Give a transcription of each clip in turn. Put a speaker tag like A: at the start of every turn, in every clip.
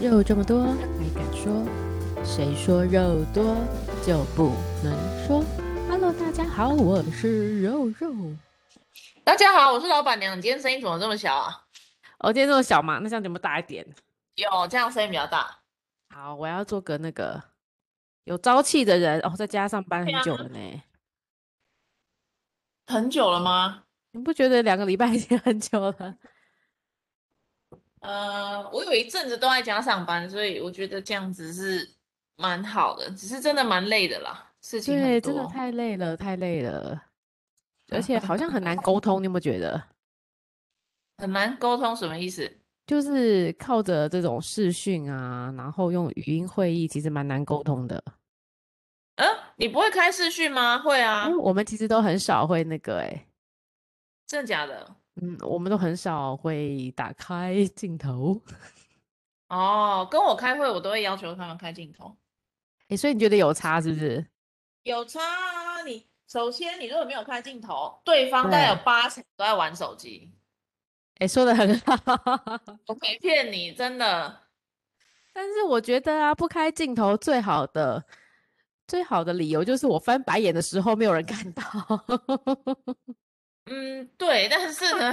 A: 肉这么多还敢说？谁说肉多就不能说？Hello，大家好，我是肉肉。
B: 大家好，我是老板娘。你今天声音怎么这么小啊？
A: 哦，今天这么小嘛，那这样怎么大一点？
B: 有，这样声音比较大。
A: 好，我要做个那个有朝气的人哦，在家上班很久了呢。
B: 很久了吗？
A: 你不觉得两个礼拜已经很久了？
B: 呃，我有一阵子都在家上班，所以我觉得这样子是蛮好的，只是真的蛮累的啦，事情
A: 对，
B: 很
A: 真的
B: 多。
A: 太累了，太累了，而且好像很难沟通，你有没有觉得？
B: 很难沟通，什么意思？
A: 就是靠着这种视讯啊，然后用语音会议，其实蛮难沟通的。
B: 嗯、你不会开视讯吗？会啊
A: 因为，我们其实都很少会那个、欸，
B: 真的假的？
A: 嗯，我们都很少会打开镜头。
B: 哦，跟我开会，我都会要求他们开镜头。
A: 哎、所以你觉得有差是不是？
B: 有差啊！你首先，你如果没有开镜头，对方大概有
A: 对
B: 八成都在玩手机。
A: 哎、说的很好，
B: 我没骗你，真的。
A: 但是我觉得啊，不开镜头最好的最好的理由就是我翻白眼的时候没有人看到。
B: 嗯，对，但是呢，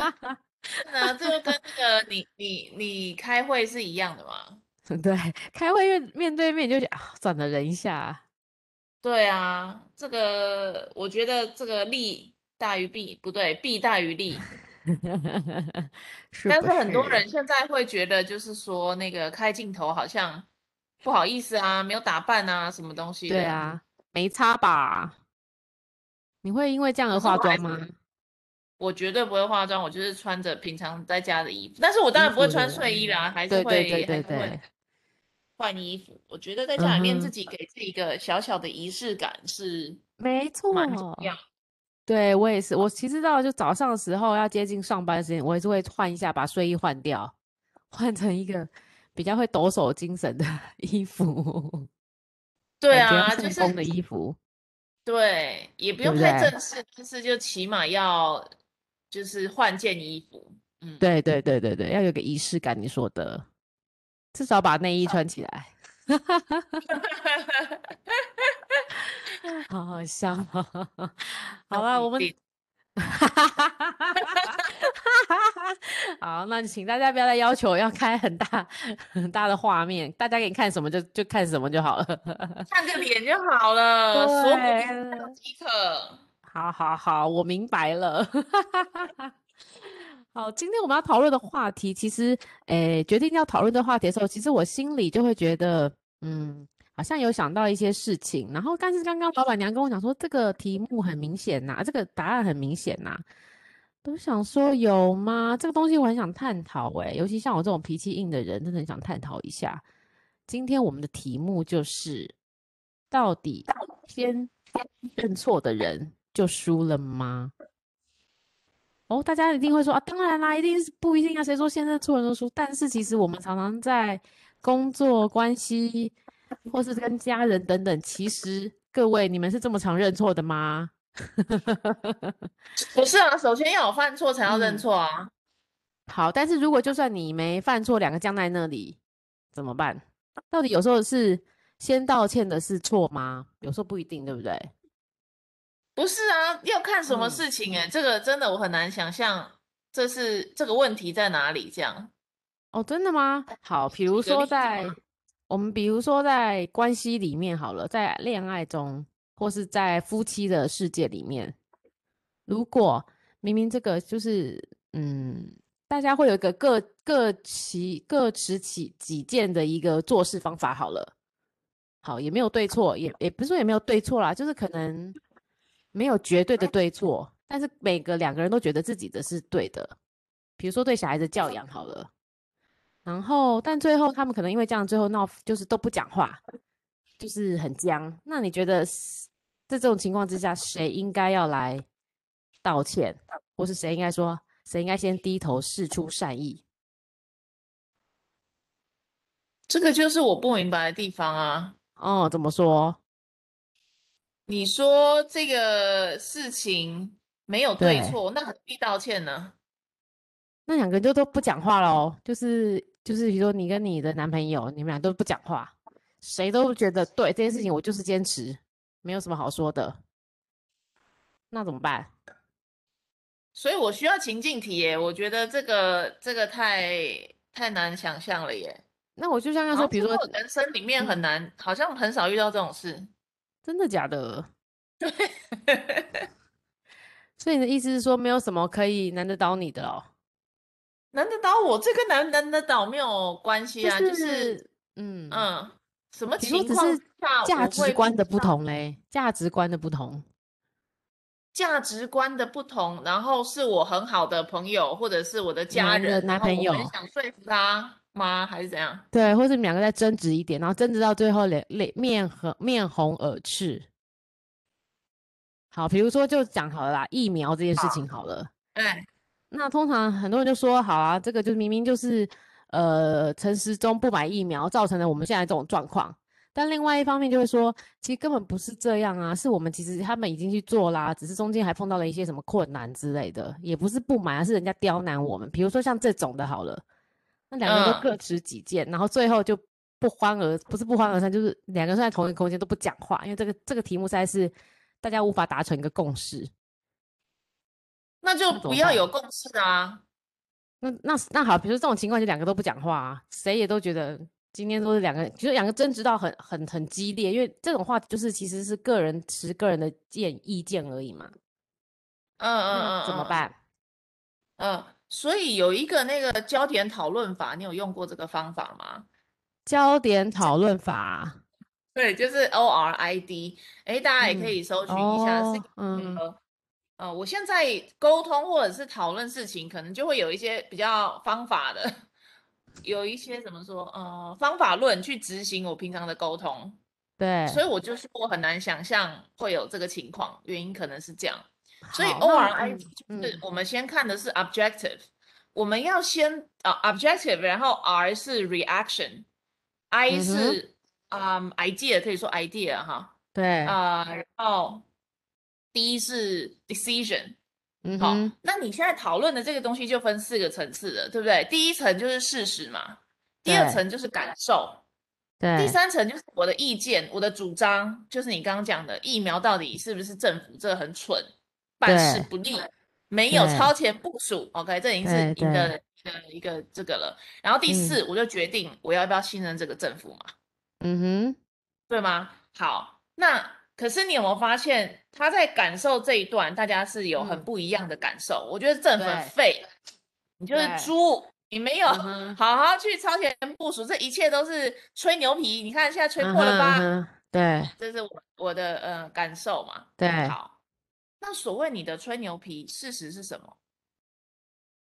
B: 呢，这就跟那个你你你开会是一样的嘛？
A: 对，开会面面对面你就觉得啊，算了，忍一下。
B: 对啊，这个我觉得这个利大于弊，不对，弊大于 利。
A: 是
B: 但
A: 不
B: 是很多
A: 是
B: 人现在会觉得，就是说那个开镜头好像不好意思啊，没有打扮啊，什么东西
A: 对
B: 的。
A: 啊，没差吧？你会因为这样而
B: 可是
A: 化
B: 我还
A: 妆吗？
B: 我绝对不会化妆，我就是穿着平常在家的衣服，但是我当
A: 衣
B: 然不会
A: 服
B: 穿
A: 的
B: 睡衣啦，还是
A: 对对
B: 会
A: 对
B: 还
A: 对
B: 是会
A: 对，
B: 换衣服。我觉得在家里面
A: 嗯
B: 自
A: 哼
B: 己给自己一个小小的仪式感是
A: 没
B: 蛮重
A: 错。
B: 要的。
A: 对我也是，我其实到就早上的时候要接近上班时间，我也是会换一下，把睡衣换掉，换成一个比较会抖擞精神的 衣服，
B: 对
A: 感觉要
B: 啊，就
A: 上
B: 是
A: 工的衣服。
B: 对，也不
A: 对
B: 用
A: 不
B: 太
A: 对
B: 正式，但是就起码要就是换件衣服。嗯，
A: 对对对对对，要有个仪式感，你说的，至少把内衣穿起来， 好好笑 哦。
B: 那
A: 好
B: 不
A: 了，
B: 一
A: 我们
B: 定
A: 好，那请大家不要再要求我要开很大很大的画面，大家给你看什么就就看什么就好了。
B: 看个脸就好了，锁骨以
A: 对
B: 上即可。
A: 好好好，我明白了。 好，今天我们要讨论的话题，其实，诶，决定要讨论的话题的时候，其实我心里就会觉得，嗯，好像有想到一些事情。然后，但是刚刚老板娘跟我讲说，这个题目很明显呐、这个答案很明显呐、都想说有吗？这个东西我很想探讨诶、尤其像我这种脾气硬的人，真的很想探讨一下。今天我们的题目就是，到底先认错的人就输了吗？哦，大家一定会说啊，当然啦，一定是不一定啊，谁说现在错人都输？但是其实我们常常在工作关系，或是跟家人等等，其实各位你们是这么常认错的吗？
B: 不是啊，首先要有犯错才要认
A: 嗯
B: 错啊。
A: 好，但是如果就算你没犯错，两个僵在那里怎么办？到底有时候是先道歉的是错吗？有时候不一定，对不对？
B: 不是啊，要看什么
A: 嗯
B: 事情哎、这个真的我很难想象，这是这个问题在哪里？这样
A: 哦，真的吗？好，比如
B: 举个
A: 说
B: 例子
A: 在
B: 吗
A: 我们比如说在关系里面好了，在恋爱中或是在夫妻的世界里面，如果明明这个就是嗯，大家会有一个各各其各持己己见的一个做事方法好了，好也没有对错，也也不是说也没有对错啦，就是可能没有绝对的对错，但是每个两个人都觉得自己的是对的，比如说对小孩子教养好了。然后，但最后他们可能因为这样，最后闹就是都不讲话，就是很僵。那你觉得是在这种情况之下，谁应该要来道歉，或是谁应该说，谁应该先低头示出善意？
B: 这个就是我不明白的地方啊。
A: 哦，怎么说？
B: 你说这个事情没有对
A: 对
B: 错，那何必道歉呢？
A: 那两个人就都不讲话喽，就是就是，比如说你跟你的男朋友，你们俩都不讲话，谁都觉得对这件事情我就是坚持，没有什么好说的，那怎么办？
B: 所以我需要情境题耶，我觉得这个这个太太难想象了耶。
A: 那我就像要说，
B: 好像
A: 比
B: 是
A: 如说嗯
B: 我人生里面很难，好像很少遇到这种事。
A: 真的假 的？所以你的意思是说，没有什么可以难得倒你的哦？
B: 难得倒我，这跟难难得倒没有关系啊，就是、
A: 是嗯
B: 嗯，什么
A: 顶多
B: 情
A: 只
B: 况
A: 是
B: 下
A: 价
B: 我会
A: 值观
B: 遇
A: 的不
B: 到
A: 同嘞，价值观的不同。
B: 价值观的不同，然后是我很好的朋友或者是我的家
A: 男的
B: 人，
A: 男
B: 然后
A: 朋
B: 我很
A: 友
B: 想说服他吗？还是怎样？
A: 对，或是你们两个再争执一点，然后争执到最后脸脸面和面红耳赤。好，比如说就讲好了啦，疫苗这件事情好了。
B: 哎，
A: 那通常很多人就说，好啊，这个就明明就是呃陈时中不买疫苗造成了我们现在这种状况。但另外一方面就会说，其实根本不是这样啊，是我们其实他们已经去做啦，只是中间还碰到了一些什么困难之类的，也不是不买啊，是人家刁难我们。比如说像这种的好了，那两个人都
B: 嗯
A: 各持己见，然后最后就不欢而不是不欢而散，就是两个人在同一个空间都不讲话，因为这个这个题目实在是大家无法达成一个共识。
B: 那就
A: 那怎
B: 不
A: 么
B: 要
A: 办
B: 有共识啊。
A: 那那是那好，比如说这种情况就两个都不讲话、啊，谁也都觉得今天都是两个，就是两个争执到很很很激烈，因为这种话就是其实是个人持个人的见意见而已嘛。
B: 嗯嗯
A: 那
B: 嗯，
A: 怎么
B: 嗯？
A: 办？
B: 嗯，所以有一个那个焦点讨论法，你有用过这个方法吗？
A: 焦点讨论法，
B: 对，就是 ORID，哎，大家也可
A: 嗯
B: 以搜寻一下，是
A: 哦
B: 一，
A: 嗯，
B: 个呃，我现在沟通或者是讨论事情，可能就会有一些比较方法的， 有一些怎么说，呃，方法论去执行我平常的沟通，
A: 对，
B: 所以我就说我很难想象会有这个情况，原因可能是这样。所以
A: 好，那
B: ORID
A: 嗯
B: 就
A: 嗯
B: 是我们先看的是 objective，我们要先啊、objective，然后 R 是 reaction，I
A: 嗯哼
B: 是啊、嗯 idea，可以说 idea 哈
A: 对，
B: 啊、然后 D 是 decision。
A: 嗯
B: 好
A: 哼，，
B: 那你现在讨论的这个东西就分四个层次了，对不对？第一层就是事实嘛，第二
A: 对
B: 层就是感受，第
A: 对，
B: 三层就是我的意见，我的主张，就是你刚刚讲的疫苗到底是不是政府，这很蠢，办事
A: 对
B: 不力，没有
A: 对
B: 超前部署。OK，这已经是
A: 对
B: 你的一个一个这个了。然后第
A: 嗯
B: 四，我就决定我要不要信任这个政府嘛，
A: 嗯哼，
B: 对吗？好，那可是你有没有发现，他在感受这一段，大家是有很
A: 嗯
B: 不一样的感受？我觉得政府很
A: 对
B: 废，你就是
A: 对
B: 猪，你没有
A: 嗯哼，
B: 好好去超前部署，这一切都是吹牛皮。你看现在吹
A: 嗯
B: 破
A: 哼，
B: 了吧？
A: 嗯哼，对
B: 这是我我的呃感受嘛。
A: 对，
B: 好，那所谓你的吹牛皮，事实是什么？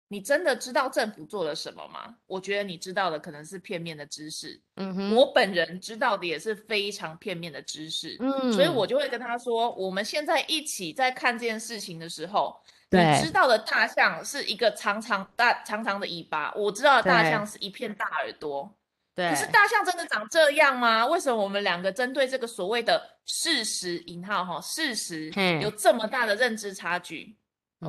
B: 你真的知道政府做了什么吗？我觉得你知道的可能是片面的知识，
A: 嗯哼，
B: 我本人知道的也是非常片面的知识，所以我
A: 嗯，
B: 就会跟他说，我们现在一起在看这件事情的时候，你
A: 对
B: 知道的大象是一个长长大长长的尾巴，我知道的大
A: 对
B: 象是一片大耳朵，可是
A: 对
B: 大象真的长这样吗？为什么我们两个针对这个所谓的事实（引号）哈事实有
A: 嘿，
B: 这么大的认知差
A: 嗯
B: 距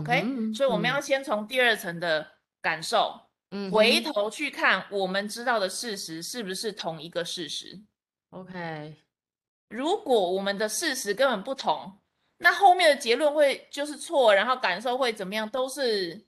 B: ？OK，
A: 哼，
B: 所以我
A: 嗯
B: 们要先从第二层的感受
A: 嗯
B: 回
A: 哼
B: 头去看，我们知道的事实是不是同一个事实？
A: ，OK。
B: 如果我们的事实根本不同，那后面的结论会就是错，然后感受会怎么样，都是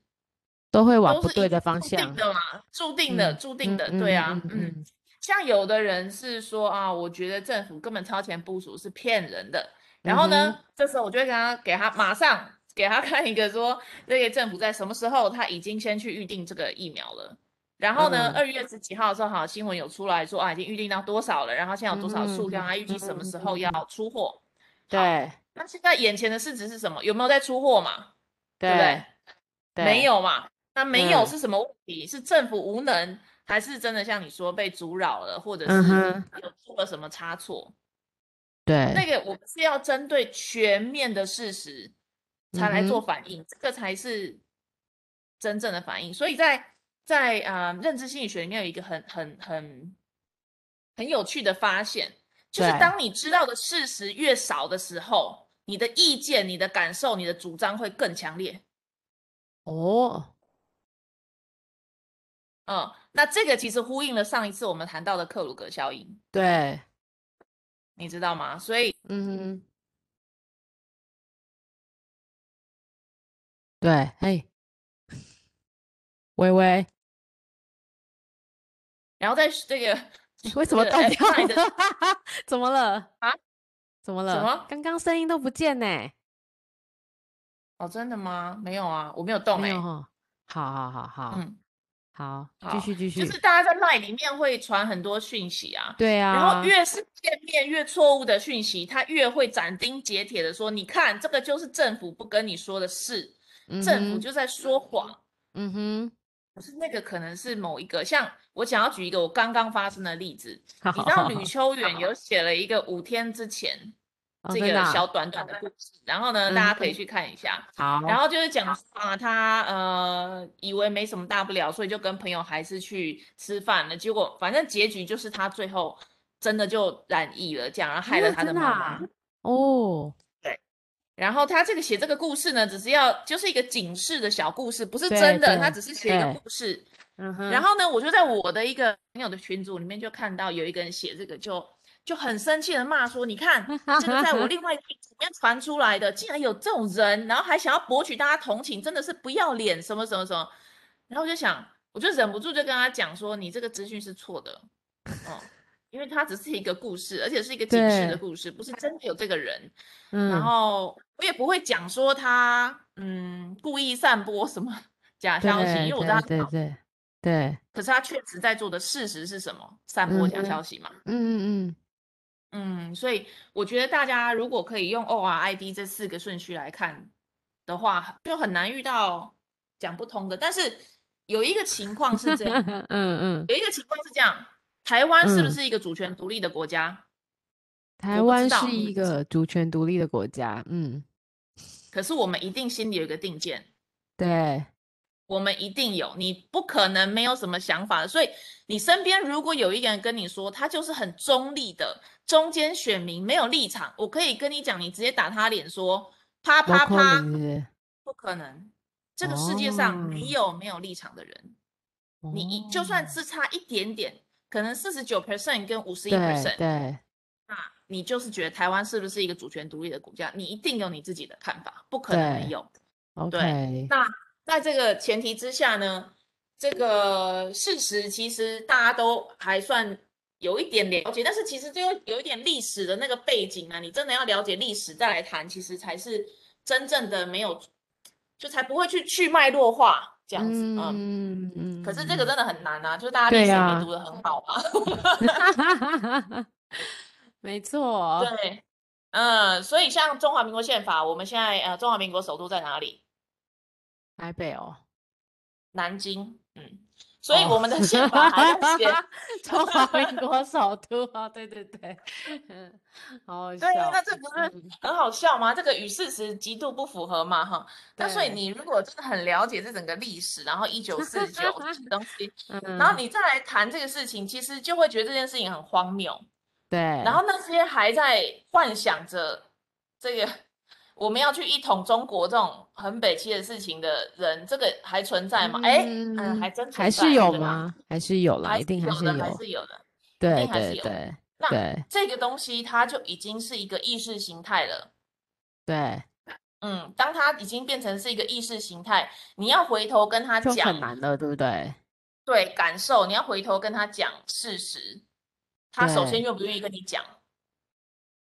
A: 都会往
B: 都
A: 不
B: 是一
A: 对的方
B: 注定
A: 向。
B: 的嘛，注定的，
A: 嗯
B: 注定
A: 嗯
B: 的，对
A: 嗯
B: 啊，
A: 嗯
B: 嗯。
A: 嗯
B: 像有的人是说啊，我觉得政府根本超前部署是骗人的。然
A: 嗯
B: 后
A: 哼，
B: 呢，这时候我就会跟他给他马上给他看一个说，这个政府在什么时候他已经先去预定这个疫苗了。然后呢，
A: 嗯
B: 二月十几号的时候，好新闻有出来说啊，已经预定到多少了，然后现在有多少
A: 嗯
B: 数量，啊
A: 哼
B: 他预计什么
A: 嗯
B: 时候要
A: 嗯，
B: 出货。好，
A: 对
B: 那现在眼前的市值是什么？有没有在出货嘛？对不对？
A: 对
B: 没
A: 对，
B: 有嘛？那没有
A: 嗯
B: 是什么问题？是政府无能，还是真的像你说被阻扰了，或者
A: 嗯
B: 是
A: 哼，
B: 有出了什么差错？那
A: 对，
B: 个我们是要针对全面的事实才
A: 嗯
B: 来做
A: 哼，
B: 反应，这个才是真正的反应。所以在在啊、呃认知心理学里面有一个很很很很有趣的发现，就是
A: 对
B: 当你知道的事实越少的时候，你的意见、你的感受、你的主张会更强烈。
A: 哦，
B: 嗯，那这个其实呼应了上一次我们谈到的克鲁格效应，
A: 对，
B: 你知道吗？所以
A: 嗯哼，对，嘿，微
B: 哎
A: 微，
B: 然后在这个
A: 为什么
B: 这个
A: 断
B: 哎
A: 掉
B: ，Line 的
A: 了？ 怎么了？
B: 啊？
A: 怎么
B: 什
A: 了？
B: 么
A: 刚刚声音都不见呢、
B: 哦，真的吗？没有啊，我没有动
A: 没
B: 哎、
A: 有哈。好好好好
B: 嗯，
A: 好，继
B: 好
A: 续继续。
B: 就是大家在 LINE 里面会传很多讯息啊，
A: 对啊，
B: 然后越是见面越错误的讯息，他越会斩钉截铁的说：“你看，这个就是政府不跟你说的事，政府
A: 嗯哼
B: 就在说谎。
A: 嗯哼，
B: 可是那个可能是某一个，像我想要举一个我刚刚发生的例子，
A: 好
B: 你
A: 好
B: 知道
A: 好
B: 吕
A: 好
B: 秋远有写了一个五天之前
A: 哦
B: 这
A: 真
B: 个
A: 的啊
B: 小短短的故事，然后呢，
A: 嗯
B: 大家可以去看一下。
A: 好，
B: 然后就是讲说啊，他呃以为没什么大不了，所以就跟朋友还是去吃饭了。结果反正结局就是他最后真的就染疫了，这样然后害了
A: 哦
B: 他的
A: 真的
B: 妈妈。
A: 啊哦，
B: 然后他这个写这个故事呢，只是要就是一个警示的小故事，不是
A: 对
B: 真的，他
A: 对
B: 只是写一个
A: 对
B: 故事。
A: 嗯哼，
B: 然后呢，我就在我的一个朋友的群组里面就看到有一个人写这个就，就很生气的骂说：“你 看，这个在我另外一个群组里面传出来的，竟然有这种人，然后还想要博取大家同情，真的是不要脸，什么什么什么。”然后我就想，我就忍不住就跟他讲说：“你这个资讯是错的，嗯，因为它只是一个故事，而且是一个警示
A: 对
B: 的故事，不是真的有这个人。”然
A: 嗯，
B: 后我也不会讲说他嗯故意散播什么假
A: 对
B: 消息，因为我知道他
A: 对对对对，
B: 可是他确实在做的事实是什么？散播假
A: 嗯哼
B: 消息嘛。
A: 嗯嗯
B: 嗯所以我觉得大家如果可以用 O R I D 这四个顺序来看的话，就很难遇到讲不通的。但是有一个情况是 这样，
A: 嗯嗯嗯，
B: 有一个情况是这样，台湾是不
A: 嗯
B: 是一个主权独立的国家？
A: 台
B: 不知
A: 湾
B: 道
A: 是一个主权独立的国家，嗯，
B: 可是我们一定心里有一个定见，
A: 对，
B: 我们一定有，你不可能没有什么想法的。所以你身边如果有一个人跟你说他就是很中立的中间选民，没有立场，我可以跟你讲，你直接打他脸说啪
A: 包
B: 啪
A: 括
B: 啪，
A: 你是不是
B: 不可能。这个世界上没
A: 哦
B: 有没有立场的人，你一就算
A: 哦
B: 只差一点点，可能四十九 percent 跟五十一
A: 对
B: percent，
A: 对，
B: 那你就是觉得台湾是不是一个主权独立的国家？你一定有你自己的看法，不可能没
A: 对
B: 有。
A: OK，
B: 在这个前提之下呢，这个事实其实大家都还算有一点了解，但是其实就有一点历史的那个背景啊，你真的要了解历史再来谈，其实才是真正的没有，就才不会去去脉络化这样子啊。嗯
A: 嗯嗯，
B: 可是
A: 嗯
B: 这个
A: 嗯
B: 真的很难啊，就是大家历史
A: 对
B: 也
A: 啊
B: 没读得很好嘛。
A: 没错，
B: 对，嗯，所以像中华民国宪法，我们现在呃，中华民国首都在哪里？
A: 台北哦，
B: 南京，嗯，所以
A: 哦
B: 我们的宪法还 在写
A: 中华 民国首都啊，对对对，嗯好好笑
B: 对啊，那这不是
A: 嗯
B: 很好笑吗？这个与事实极度不符合嘛，哈。那所以
A: 对
B: 你如果真的很了解这整个历史，然后一九四 九东西，
A: 嗯，
B: 然后你再来谈这个事情，其实就会觉得这件事情很荒谬。
A: 对，然
B: 然后那些还在幻想着这个我们要去一统中国这种很北气的事情的人，这个还存在吗？哎，嗯，
A: 嗯
B: 还真存在，
A: 还是有
B: 对吧？
A: 吗？还是有啦，
B: 还
A: 一
B: 是
A: 定还
B: 有
A: 是
B: 的，还
A: 有，
B: 是有的。
A: 对
B: 定还是
A: 对
B: 有
A: 对
B: 那
A: 对
B: 这个东西它就已经是一个意识形态了。
A: 对，
B: 嗯，当它已经变成是一个意识形态，你要回头跟他
A: 就很
B: 讲，
A: 难了，对不对？
B: 对感受，你要回头跟他讲事实，他首先
A: 对
B: 愿不愿意跟你讲？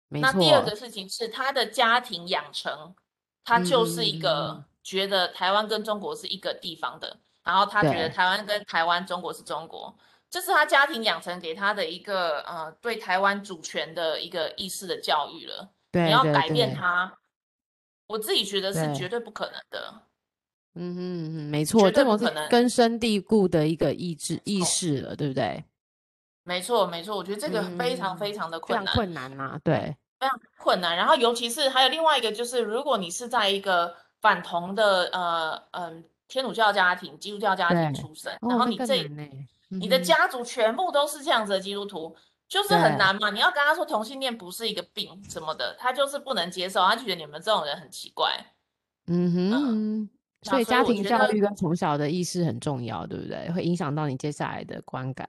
A: 没
B: 那第二
A: 错
B: 个，事情是他的家庭养成，他就是一
A: 嗯
B: 个觉得台湾跟中国是一个地方的，然后他觉得
A: 对
B: 台湾跟台湾，中国是中国，这是他家庭养成给他的一个呃对台湾主权的一个意识的教育了。
A: 对
B: 你要
A: 对
B: 改变
A: 对
B: 他，我自己觉得是
A: 对
B: 绝对不可能的。
A: 嗯哼嗯哼，没错，
B: 绝
A: 这
B: 对
A: 种
B: 不
A: 是
B: 可能
A: 根深蒂固的一个意志意
B: 错
A: 识了，对不对？
B: 没错，没错，我觉得这个非常非
A: 嗯
B: 常的
A: 非
B: 困
A: 常
B: 难，
A: 困难呐，对，
B: 非常困难。然后，尤其是还有另外一个，就是如果你是在一个反同的呃嗯、天主教家庭、基督教家庭
A: 对
B: 出生，
A: 哦，
B: 然后
A: 那
B: 你
A: 更
B: 这
A: 难呢，
B: 你
A: 嗯
B: 的
A: 哼
B: 家族全部都是这样子的基督徒，就是很
A: 对
B: 难嘛。你要跟他说同性恋不是一个病什么的，他就是不能接受，他就觉得你们这种人很奇怪。
A: 嗯哼
B: 嗯
A: 嗯，所以
B: 所以
A: 家
B: 我
A: 庭
B: 觉
A: 教
B: 得
A: 育跟从小的意识很重要，对不对？会影响到你接下来的观感。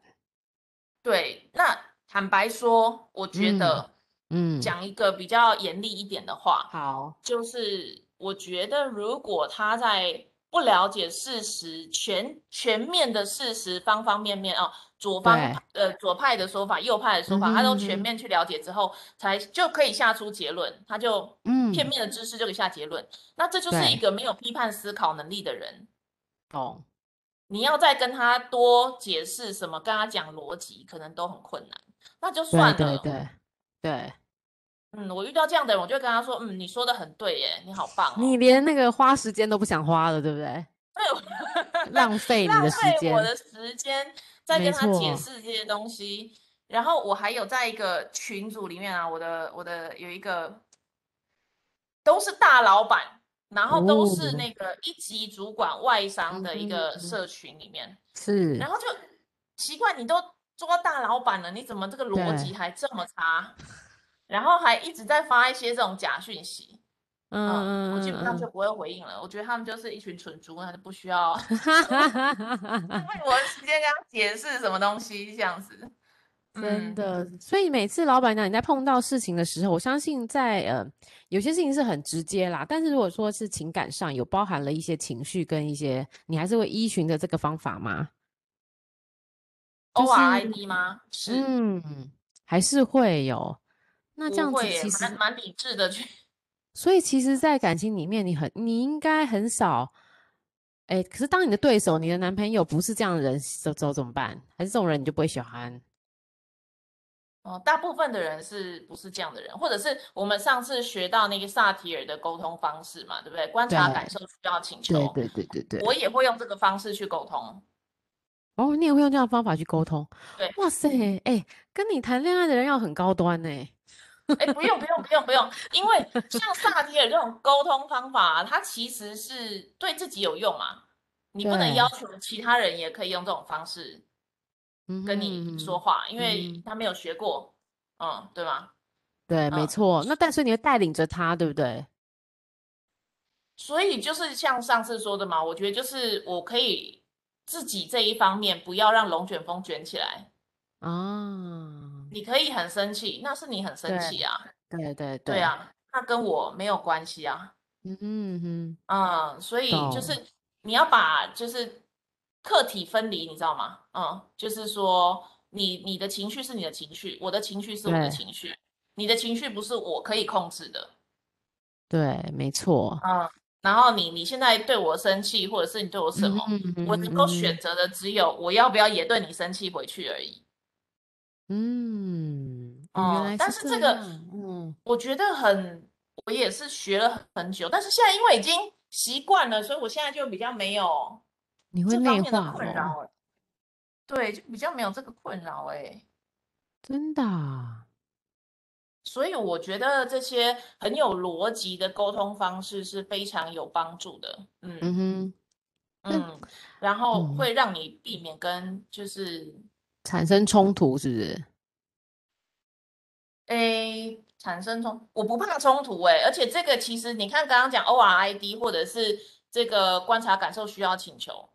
B: 对，那坦白说，我觉
A: 嗯
B: 得
A: 嗯，
B: 讲一个比较严厉一点的话，
A: 好，
B: 就是我觉得如果他在不了解事实、全全面的事实、方方面面哦，左方
A: 对
B: 呃左派的说法、右派的说法，
A: 嗯哼
B: 他都
A: 嗯
B: 全
A: 哼
B: 面去了解之后，才就可以下出结论，他就
A: 嗯，
B: 片面的知识就给下结论，那这就是一
A: 对
B: 个没有批判思考能力的人。
A: 懂，
B: 你要再跟他多解释什么，跟他讲逻辑，可能都很困难。那就
A: 对
B: 算
A: 对
B: 了，
A: 对对，
B: 嗯，我遇到这样的人，我就会跟他说，嗯，你说的很对耶，你好棒哦。
A: 你连那个花时间都不想花了，对不对？
B: 对，
A: 浪费你
B: 浪
A: 的
B: 费
A: 时间
B: 我，的时间在
A: 没
B: 跟他解
A: 错
B: 释这些东西。然后我还有在一个群组里面啊，我的我的有一个都是大老板，然后都是
A: 哦
B: 那个一级主管外商的一
A: 嗯
B: 个
A: 哼
B: 社群里面，
A: 是
B: 然后就奇怪，你都做到大老板了，你怎么这个逻
A: 对
B: 辑还这么差？然后还一直在发一些这种假讯息，嗯，我基本上就不会回应了。我觉得他们就是一群蠢猪，那就不需要
A: 嗯，
B: 为我时间跟他解释什么东西这样子。
A: 真
B: 嗯，
A: 的，所以每次老板娘你在碰到事情的时候，我相信在呃有些事情是很直接啦，但是如果说是情感上有包含了一些情绪跟一些，你还是会依循着这个方法吗？就
B: O
A: 是
B: R I D 吗？是，
A: 嗯，还是会有。那这
B: 不
A: 样子
B: 会耶
A: 其实
B: 蛮蛮理智的去。
A: 所以其实，在感情里面，你很，你应该很少，哎，可是当你的对手，你的男朋友不是这样的人，走走怎么办？还是这种人你就不会喜欢？
B: 哦，大部分的人是不是这样的人，或者是我们上次学到那个萨提尔的沟通方式嘛，对不对？观察、感
A: 对
B: 受、需要、请
A: 对
B: 求，
A: 对对对对。
B: 我也会用这个方式去沟通。
A: 哦，你也会用这样的方法去沟通？
B: 对，
A: 哇塞，哎，跟你谈恋爱的人要很高端呢。
B: 哎，不用不用不用不用，因为像萨提尔这种沟通方法啊，它其实是对自己有用嘛，你不能
A: 对
B: 要求其他人也可以用这种方式
A: 嗯
B: 跟你说
A: 哼，
B: 话，因为
A: 嗯
B: 他没有学过，嗯，对吗？
A: 对，没
B: 嗯，
A: 错。那但是你会带领着他，对不对？
B: 所以就是像上次说的嘛，我觉得就是我可以自己这一方面不要让龙卷风卷起来。
A: 啊，
B: 你可以很生气，那是你很生
A: 对
B: 气啊，
A: 对对
B: 对
A: 对，
B: 啊，那跟我没有关系啊。
A: 嗯哼哼，
B: 嗯，所以就
A: 懂。
B: 是你要把就是客体分离，你知道吗？嗯，就是说你你的情绪是你的情绪，我的情绪是我的
A: 对
B: 情绪，你的情绪不是我可以控制的。
A: 对，没错。
B: 嗯，然后你你现在对我生气，或者是你对我什
A: 嗯
B: 么，
A: 哼
B: 哦我
A: 嗯
B: 能
A: 哼
B: 够
A: 嗯哼。
B: 选择的只有我要不要也对你生气回去而已。
A: 嗯，哦，原
B: 哦、
A: 来
B: 但
A: 是
B: 是这
A: 这
B: 个
A: 样，嗯，
B: 我觉得很，我也是学了很很久，但是现在因为已经习惯了，所以我现在就比较没有
A: 你会
B: 这方
A: 内
B: 面的
A: 化
B: 困
A: 咯，
B: 扰了。对，就比较没有这个困扰哎。
A: 真的啊，
B: 所以我觉得这些很有逻辑的沟通方式是非常有帮助的。嗯
A: 嗯哼，那
B: 嗯，然后
A: 嗯，
B: 会让你避免跟就是
A: 产生冲突是不是？
B: 诶，产生冲，我不怕冲突欸诶，而且这个其实你看刚刚讲 ORID 或者是这个观察感受需要请求，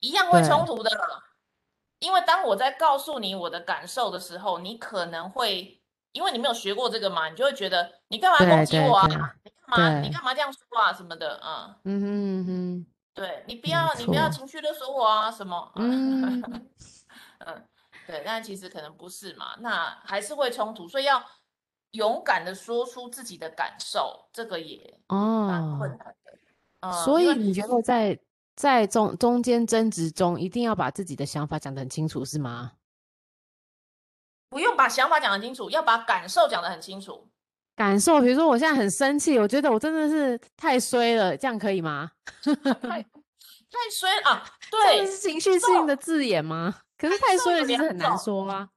B: 一样会冲
A: 对，
B: 突的，因为当我在告诉你我的感受的时候，你可能会因为你没有学过这个嘛，你就会觉得你干嘛攻
A: 对
B: 击
A: 对
B: 我啊，
A: 对
B: 你干嘛你
A: 对，
B: 干嘛这样说啊什么的，嗯，
A: 嗯哼嗯哼，
B: 对你不
A: 没
B: 要你不要
A: 错，
B: 情绪勒索我啊什么，
A: 嗯，
B: 嗯嗯，对，但其实可能不是嘛，那还是会冲突，所以要勇敢的说出自己的感受，这个也蛮困
A: 哦，
B: 难的。嗯，
A: 所
B: 因
A: 以
B: 为
A: 你觉得在在中中间争执中，一定要把自己的想法讲得很清楚，是吗？
B: 不用把想法讲得清楚，要把感受讲得很清楚。
A: 感受，比如说我现在很生气，我觉得我真的是太衰了，这样可以吗？
B: 太太衰了啊！
A: 这样
B: 对，
A: 是情绪
B: 受
A: 性的字眼吗？可是
B: 感
A: 太
B: 受
A: 衰
B: 有
A: 了，其
B: 两
A: 实很难
B: 种，
A: 说啊。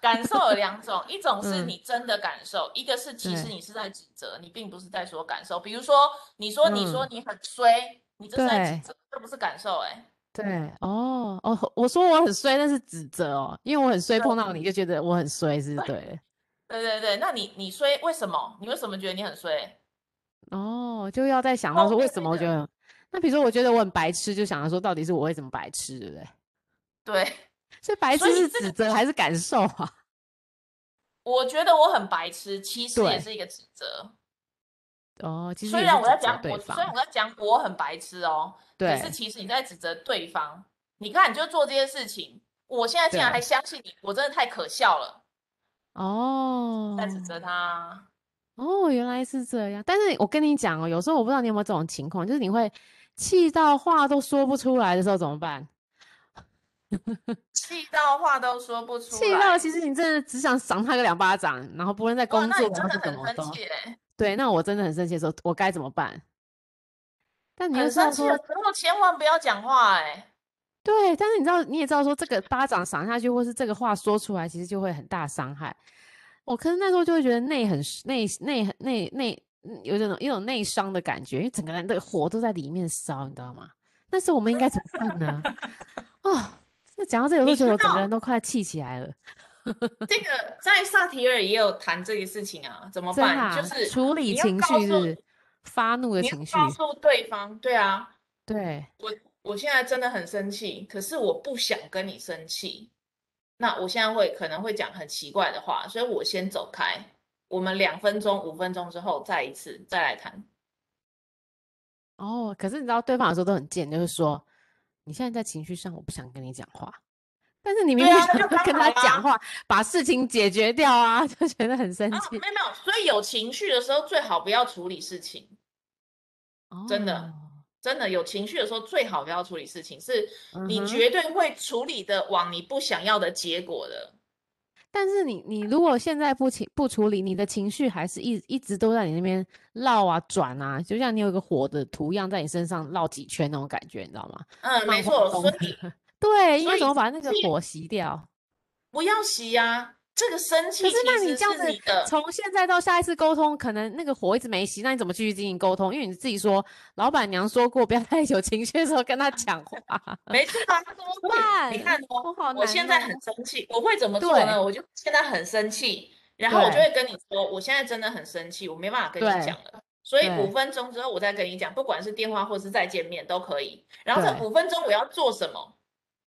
B: 感受有两种，一种是
A: 嗯，
B: 你真的感受，一个是其实
A: 对，
B: 你是在指责，你并不是在说感受。比如说，你说你说
A: 嗯，
B: 你很衰，你这是在指
A: 对
B: 责，这不是感受哎、
A: 对，哦哦，我说我很衰，那是指责哦，因为我很衰，
B: 对
A: 碰到你就觉得我很衰，是对了。
B: 对对对，那你你衰为什么？你为什么觉得你很衰？
A: 哦，就要再想到
B: 后
A: 说为什
B: 面
A: 么我觉
B: 的
A: 得。那比如说，我觉得我很白痴，就想着说到底是我为什么白痴，对不对？
B: 对，
A: 所以白痴
B: 所以
A: 是
B: 这个
A: 指责还是感受啊？
B: 我觉得我很白痴，其实也
A: 对
B: 是一个指责。
A: 哦，其实
B: 虽
A: 也
B: 然
A: 是
B: 我在
A: 指责
B: 讲
A: 对
B: 我，虽
A: 方，
B: 然我在讲我很白痴哦，可
A: 对
B: 是其实你在指责对方。你看，你就做这些事情，我现在竟然
A: 对
B: 还相信你，我真的太可笑了，
A: 哦，
B: 在指责他。
A: 哦，原来是这样。但是我跟你讲哦，有时候我不知道你有没有这种情况，就是你会气到话都说不出来的时候怎么办？
B: 气到话都说不出来，
A: 气到其实你真的只想赏他个两巴掌，然后不论在
B: 哇，
A: 工
B: 那
A: 作啊
B: 你
A: 或
B: 真
A: 是
B: 的
A: 怎么
B: 很
A: 都
B: 生气嘞。
A: 对。那我真的很生气的时候，我该怎么办？但你又
B: 很
A: 知道
B: 生气
A: 说
B: 的，时候千万不要讲话 哎、
A: 对，但是你知道，你也知道说这个巴掌赏下去，或是这个话说出来，其实就会很大伤害。我可是那时候就会觉得内很内内很内内嗯有一种有种内伤的感觉，因为整个人的火都在里面烧，你知道吗？那时候我们应该怎么办呢？哦，那讲到这个，我
B: 你
A: 就觉得
B: 知
A: 我整个
B: 道
A: 人都快气起来了。
B: 这个在萨提尔也有谈这个事情啊，怎么
A: 真的
B: 办？
A: 啊、
B: 就是
A: 处理
B: 你要
A: 情
B: 告
A: 绪是
B: 诉
A: 不是发怒的
B: 你要
A: 情绪，
B: 告诉对方，对啊，
A: 对
B: 我我现在真的很生气，可是我不想跟你生气，那我现在会可能会讲很奇怪的话，所以我先走开。我们两分钟、五分钟之后再一次再来谈。
A: 哦。可是你知道，对方有时候都很贱，就是说你现在在情绪上，我不想跟你讲话。但是你明
B: 对
A: 明
B: 啊
A: 想
B: 那
A: 要
B: 就刚
A: 跟他
B: 好啦
A: 讲话，把事情解决掉啊， 就觉得很生
B: 啊，
A: 气。
B: 没有没有，所以有情绪的时候最好不要处理事情。啊真的
A: 哦，
B: 真的有情绪的时候，最好不要处理事情，是
A: 嗯
B: 你
A: 哼
B: 绝对会处理的往你不想要的结果的。
A: 但是你你如果现在不情不处理，你的情绪还是一一直都在你那边绕啊转啊，就像你有一个火的图样在你身上绕几圈那种感觉，你知道吗？
B: 嗯，没
A: 漫画
B: 错，
A: 风
B: 所以
A: 对，应
B: 所
A: 该怎
B: 以
A: 么把那个
B: 气
A: 火熄掉？
B: 不要急啊。这个生气
A: 可是
B: 其
A: 那
B: 实
A: 这样
B: 是
A: 子
B: 你的，
A: 从现在到下一次沟通，可能那个火一直没熄，那你怎么继续进行沟通？因为你自己说，老板娘说过，不要在有情绪的时候跟他讲话。
B: 没错 啊，怎么办？你
A: 办
B: 看哦，
A: 我好
B: 我现
A: 难
B: 在
A: 哦
B: 很生气，我会怎么做
A: 对
B: 呢？我就现在很生气，然后我就
A: 对
B: 会跟你说，我现在真的很生气，我没办法跟
A: 对
B: 你讲了。所以
A: 对
B: 五分钟之后我再跟你讲，不管是电话或是再见面都可以。然后
A: 对
B: 这五分钟我要做什么？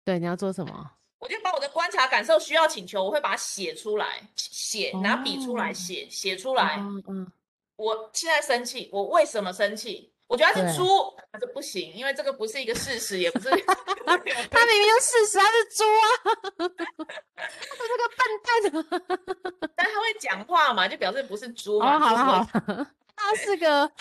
A: 对，你要做什么？
B: 我就把我的观察感受需要请求，我会把它写出来，写拿笔出
A: 哦
B: 来写写出来。
A: 嗯嗯，
B: 我现在生气，我为什么生气？我觉得它
A: 对
B: 是猪，可是不行，因为这个不是一个事实，也不是
A: 他明明就事实，他是猪啊，他是个笨蛋啊。
B: 但他会讲话嘛，就表示不是猪
A: 好了
B: 嘛。
A: 哦好
B: 就
A: 了
B: 是我
A: 好了，他是个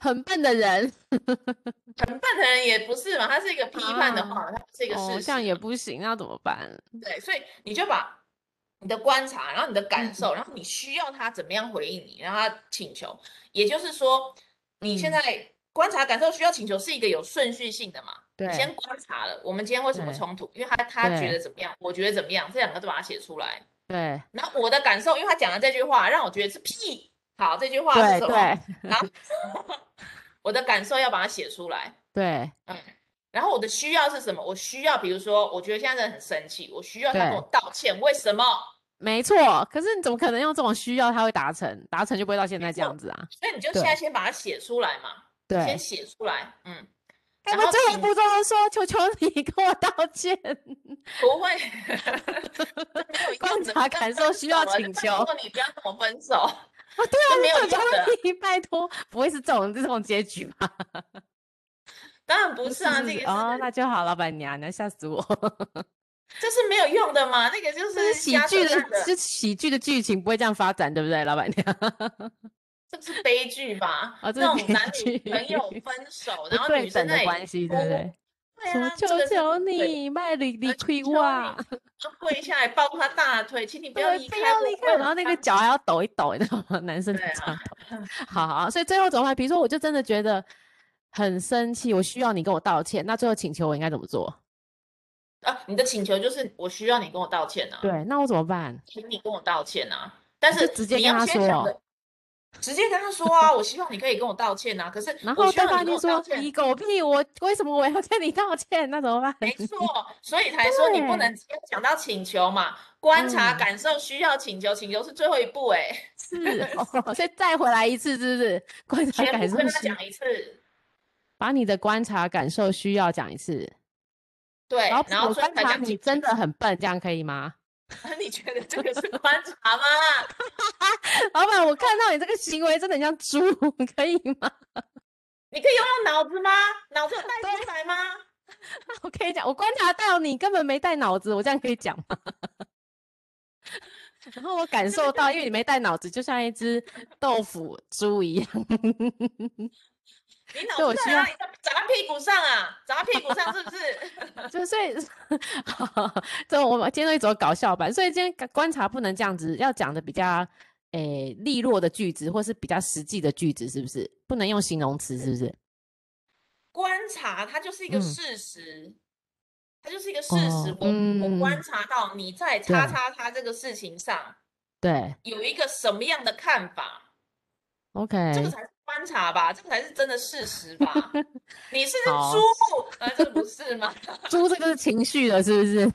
A: 很笨的人，
B: 很笨的人也不是嘛，他是一个批判的话，他不是一个
A: 啊哦，
B: 事
A: 这
B: 实
A: 样也
B: 嘛。
A: 不行，那怎么办？
B: 对，所以你就把你的观察，然后你的
A: 嗯
B: 感受，然后你需要他怎么样回应你，让他请求。也就是说，你现
A: 嗯
B: 在观察、感受、需要请求是一个有顺序性的嘛？
A: 对
B: 你先观察了，我们今天为什么
A: 对
B: 冲突？因为他他觉
A: 对
B: 得怎么样，我觉得怎么样，这两个都把它写出来。
A: 对
B: 然后我的感受，因为他讲的这句话让我觉得是屁。好，这句话
A: 对
B: 是什么？
A: 对
B: 然后 我的感受要把它写出来。
A: 对
B: 嗯，然后我的需要是什么？我需要，比如说，我觉得现在真的很生气，我需要他跟
A: 对
B: 我道歉，为什么？
A: 没错，可是你怎么可能用这种需要他会达成？达成就不会到现在这
B: 错
A: 样子啊？
B: 所以你就
A: 对
B: 现在先把它写出来嘛，
A: 对
B: 先，写出来，嗯，
A: 该
B: 然
A: 不会
B: 后
A: 最后
B: 请
A: 步骤都说求求你 跟我道歉？
B: 不会，这没 有
A: 观
B: 用的，
A: 察
B: 这
A: 感
B: 分
A: 受需要
B: 手了
A: 请
B: 拜
A: 求
B: 托你不要跟我分手，
A: 啊，对啊，
B: 这没有
A: 求求
B: 用的
A: 你，拜托，不会是这种这种结局吧？
B: 当然不是啊，
A: 是
B: 这个
A: 哦，那
B: 是
A: 就好，老板娘，你要吓死我！
B: 这是没有用的嘛，那个就
A: 这是
B: 是
A: 喜
B: 瞎扯
A: 剧的
B: 淡，的，哦
A: 是喜剧的剧情不会这样发展，对不对，老板娘？
B: 这是悲剧吧？
A: 哦这
B: 那
A: 是
B: 种
A: 悲
B: 男女朋友
A: 剧
B: 分 手，
A: 不
B: 然后
A: 对
B: 女生
A: 等的
B: 在
A: 关系，对不对？
B: 对
A: 说
B: 啊，
A: 求
B: 这个是
A: 求
B: 不对的
A: 你，卖力离
B: 呃
A: 开
B: 求
A: 我，啊
B: 你就跪下来抱住他大腿，请你不要
A: 对
B: 离
A: 不
B: 开
A: 要
B: 我。
A: 离
B: 我
A: 开，然后那个脚还要抖一抖，你知道吗？ 男生就
B: 对
A: 这
B: 啊
A: 样抖。 好好，所以最后怎么办？比如说，我就真的觉得很生气，我需要你跟我道歉，那最后请求我应该怎么做？
B: 啊，你的请求就是我需要你跟我道歉啊，
A: 对，那我怎么办？
B: 请你跟我道歉啊。但
A: 就是直接
B: 你
A: 跟
B: 要
A: 他
B: 先
A: 说
B: 想
A: 哦
B: 的，直接跟他说啊，我希望你可以跟我道歉啊。可是
A: 然
B: 我
A: 后
B: 需要
A: 对
B: 你
A: 方
B: 跟
A: 就
B: 我道
A: 说：“
B: 歉
A: 你，狗屁，我为什么我要跟你道歉？那怎么办
B: 没错，所以才说你不
A: 对
B: 能直接讲到请求嘛，观察、
A: 嗯
B: 感受、需要、请求，请求是最后一步哎、？”
A: 是，哦所以再回来一次，是不是？观察
B: 全
A: 感
B: 部
A: 受
B: 跟他
A: 是
B: 讲一次，
A: 把你的观察感受需要讲一次，
B: 对，
A: 老
B: 然后
A: 我
B: 所以
A: 观
B: 才
A: 察
B: 讲
A: 你
B: 几
A: 真
B: 次
A: 的很笨，这样可以吗？
B: 你觉得这个是观察吗？
A: 老板，我看到你这个行为真的很像猪，可以吗？
B: 你可以用用脑子吗？脑子有带
A: 啊
B: 出来吗？
A: 我可以讲，我观察到你根本没带脑子，我这样可以讲吗？ 然后我感受到，因为你没带脑子，就像一只豆腐猪一样。
B: 你脑
A: 对我
B: 子
A: 希
B: 在哪里？长在屁股上啊？长在屁股上是不是？
A: 就所以，这我们今天都一直走搞笑版，所以今天观观察不能这样子，要讲的比较诶利落的句子，或是比较实际的句子，是不是？不能用形容词，是不是？
B: 观察它就是一个
A: 嗯
B: 事实，它就是一个事
A: 哦
B: 实。我我
A: 嗯
B: 观察到你在
A: 对
B: 叉叉叉这个事情上
A: 对
B: 有一个什么样的看法？
A: ，OK，
B: 这个才是观察吧，这个才是真的事实吧？ 你是不
A: 好
B: 是猪？呃，这不是吗？
A: 猪这个是情绪了，是不 是？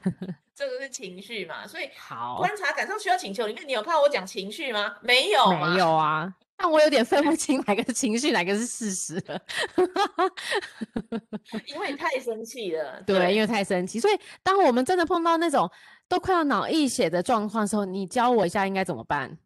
B: 这个是情绪嘛？所以
A: 好，
B: 观察感受需要请求里面，你有看到我讲情绪吗？没有，
A: 没。有啊，但我有点分不清哪个是情绪，哪个是事实了。
B: 因为太生气了。
A: 对，因
B: 为
A: 为太生气，所以当我们真的碰到那种都快要脑溢血的状况的时候，你教我一下应该怎么办？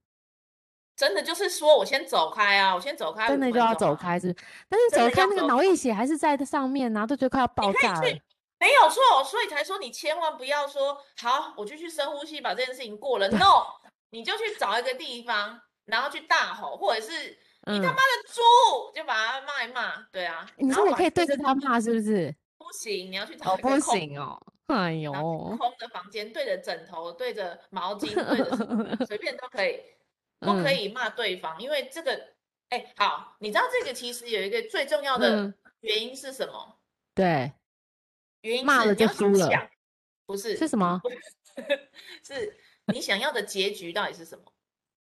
B: 真的就是说我先走开啊，我先走开，
A: 真的就要走。开是不是，但是
B: 真
A: 走
B: 的
A: 开
B: 要
A: 那个
B: 走
A: 脑溢血还是在上面、然后都觉得快要爆
B: 可以
A: 炸了
B: 去。没有错，所以才说你千万不要说好，我就去深呼吸把这件事 情过了。No，你就去找一个地方，然后去大吼，或者是你
A: 嗯
B: 他，妈的猪，就把他骂一骂。对啊，
A: 你
B: 然
A: 说
B: 后
A: 我
B: 把
A: 可以对
B: 这
A: 着他骂是不是？
B: 不行，你要去
A: 哦
B: 找，一
A: 不
B: 个空
A: 行哦， 哎呦
B: 然，后去空的房间，对着枕头，对着毛巾，对 着什么的随便都可以，都可
A: 嗯
B: 以骂对方，因为这个，哎，好，你知道这个其实有一个最重要的
A: 嗯
B: 原因是什么？
A: 对，
B: 原因
A: 骂
B: 是
A: 了
B: 你
A: 就
B: 要
A: 输了
B: 想，不是
A: 是什么？
B: 是你想要的结局到底是什么？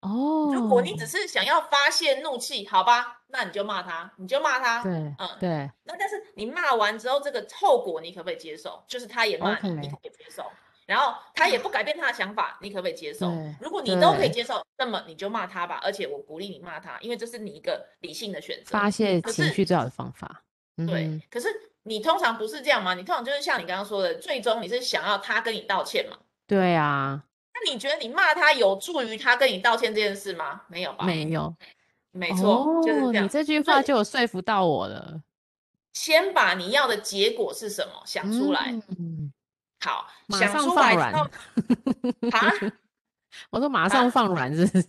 A: 哦，
B: 如果你只是想要发泄怒气，好吧，那你就骂他，你就骂他，
A: 对
B: 嗯，
A: 对
B: 那但是你骂完之后，这个后果你可不可以接受？就是他也骂你，你
A: OK
B: 可不可以接受？然后他也不改变他的想法，你可不可以接受
A: 对？
B: 如果你都可以
A: 对
B: 接受，那么你就骂他吧。而且我鼓励你骂他，因为这是你一个理性的选择。
A: 发泄
B: 可
A: 情
B: 是
A: 绪最好的方法。嗯
B: 对
A: 哼，，
B: 可是你通常不是这样吗？你通常就是像你刚刚说的，最终你是想要他跟你道歉嘛？
A: 对啊，
B: 那你觉得你骂他有助于他跟你道歉这件事吗？没有吧？
A: 没有。
B: 没错，就是
A: 哦
B: 这样
A: 你。这句
B: 所
A: 话
B: 以
A: 就有说服到我了。
B: 先把你要的结果是什么想出来，
A: 嗯，
B: 好，
A: 马
B: 想
A: 上
B: 出
A: 放
B: 来之
A: 软
B: 后，啊，
A: 我说马
B: 啊
A: 上放软，是不是？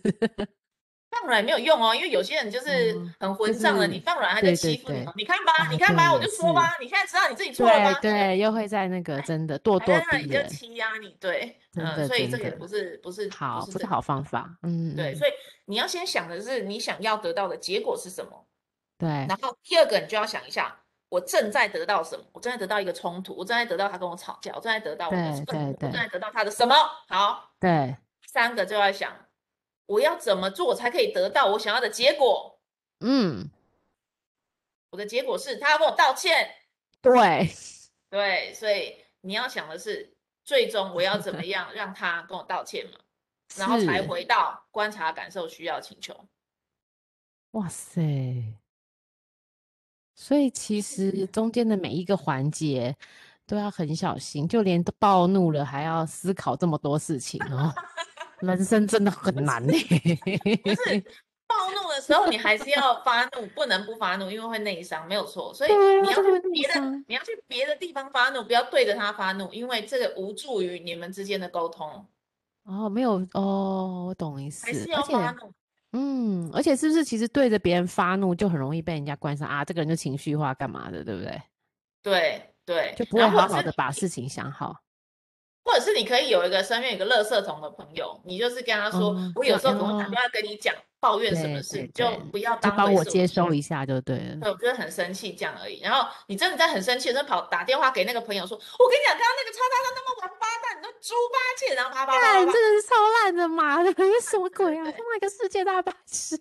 B: 放软没有用哦，因为有些人就是
A: 嗯
B: 很混账的，
A: 是
B: 你放软他就
A: 对对
B: 欺负你
A: 对
B: 嘛。你看吧，
A: 啊
B: 你看吧，
A: 对
B: 我就说
A: 是
B: 吧，你现在知道你自己错了啊
A: 对
B: 吧？
A: 对，又会在那个真的咄
B: 还在
A: 咄
B: 那里
A: 逼
B: 就
A: 人，
B: 欺压你，对，
A: 真
B: 嗯，
A: 的
B: 所以这
A: 真
B: 个也
A: 的
B: 不是不是不
A: 好
B: 是
A: 不是
B: 正
A: 好
B: 确
A: 方法。嗯，
B: 对，
A: 嗯
B: 所以你要先想的是你想要得到的结果是什么，
A: 对，
B: 然后第二个你就要想一下，我正在得到什么？我正在得到一个冲突，我正在得到他跟我吵架，我正在得到我的愤
A: 对对
B: 怒，我正
A: 对
B: 在得到他的什么？好，
A: 对，
B: 三个就要想，我要怎么做才可以得到我想要的结果？
A: 嗯，
B: 我的结果是他要跟我道歉，
A: 对，
B: 对，所以你要想的是，最终我要怎么样让他跟我道歉嘛，然后才
A: 是，
B: 回到观察、感受、需要、请求。
A: 哇塞，所以其实中间的每一个环节都要很小心，就连都暴怒了还要思考这么多事情 哦，人生真的很难呢。
B: 不是暴怒的时候，你还是要发怒，不能不发怒，因为会内伤，没有错。所以
A: 对
B: 你
A: 啊，
B: 要
A: 这
B: 去
A: 个会内
B: 别的，
A: 伤。
B: 你要去别的地方发怒，不要对着他发怒，因为这个无助于你们之间的沟通，
A: 哦，没有哦，我懂意思，
B: 还是
A: 而
B: 要
A: 且。
B: 发怒。
A: 嗯，而且是不是其实对着别人发怒就很容易被人家冠上啊，这个人就情绪化干嘛的，对不对？
B: 对对
A: 就，不会
B: 然后
A: 好
B: 或者
A: 好
B: 是
A: 的
B: 你
A: 把事情想好。
B: 或者是你可以有一个身边有一个垃圾桶的朋友，你就是跟他说，
A: 嗯，
B: 我
A: 就
B: 有时候可能会打
A: 哦，
B: 电话跟你讲抱怨什么
A: 对
B: 事，
A: 对
B: 你就
A: 对，
B: 不要
A: 就
B: 当
A: 帮
B: 回
A: 我
B: 事。嗯
A: 接收一下就对了。
B: 对，我就是很生气这样而已。然后你真的在很生气的时候跑打电话给那个朋友说，我跟你讲，刚刚那个叉叉叉他妈王八蛋，你都猪八戒，然后叭叭 叭
A: 干，这
B: 叭叭，
A: 个是超烂的嘛？ 这是什么鬼
B: 对
A: 啊？他
B: 对
A: 妈一个世界大白痴！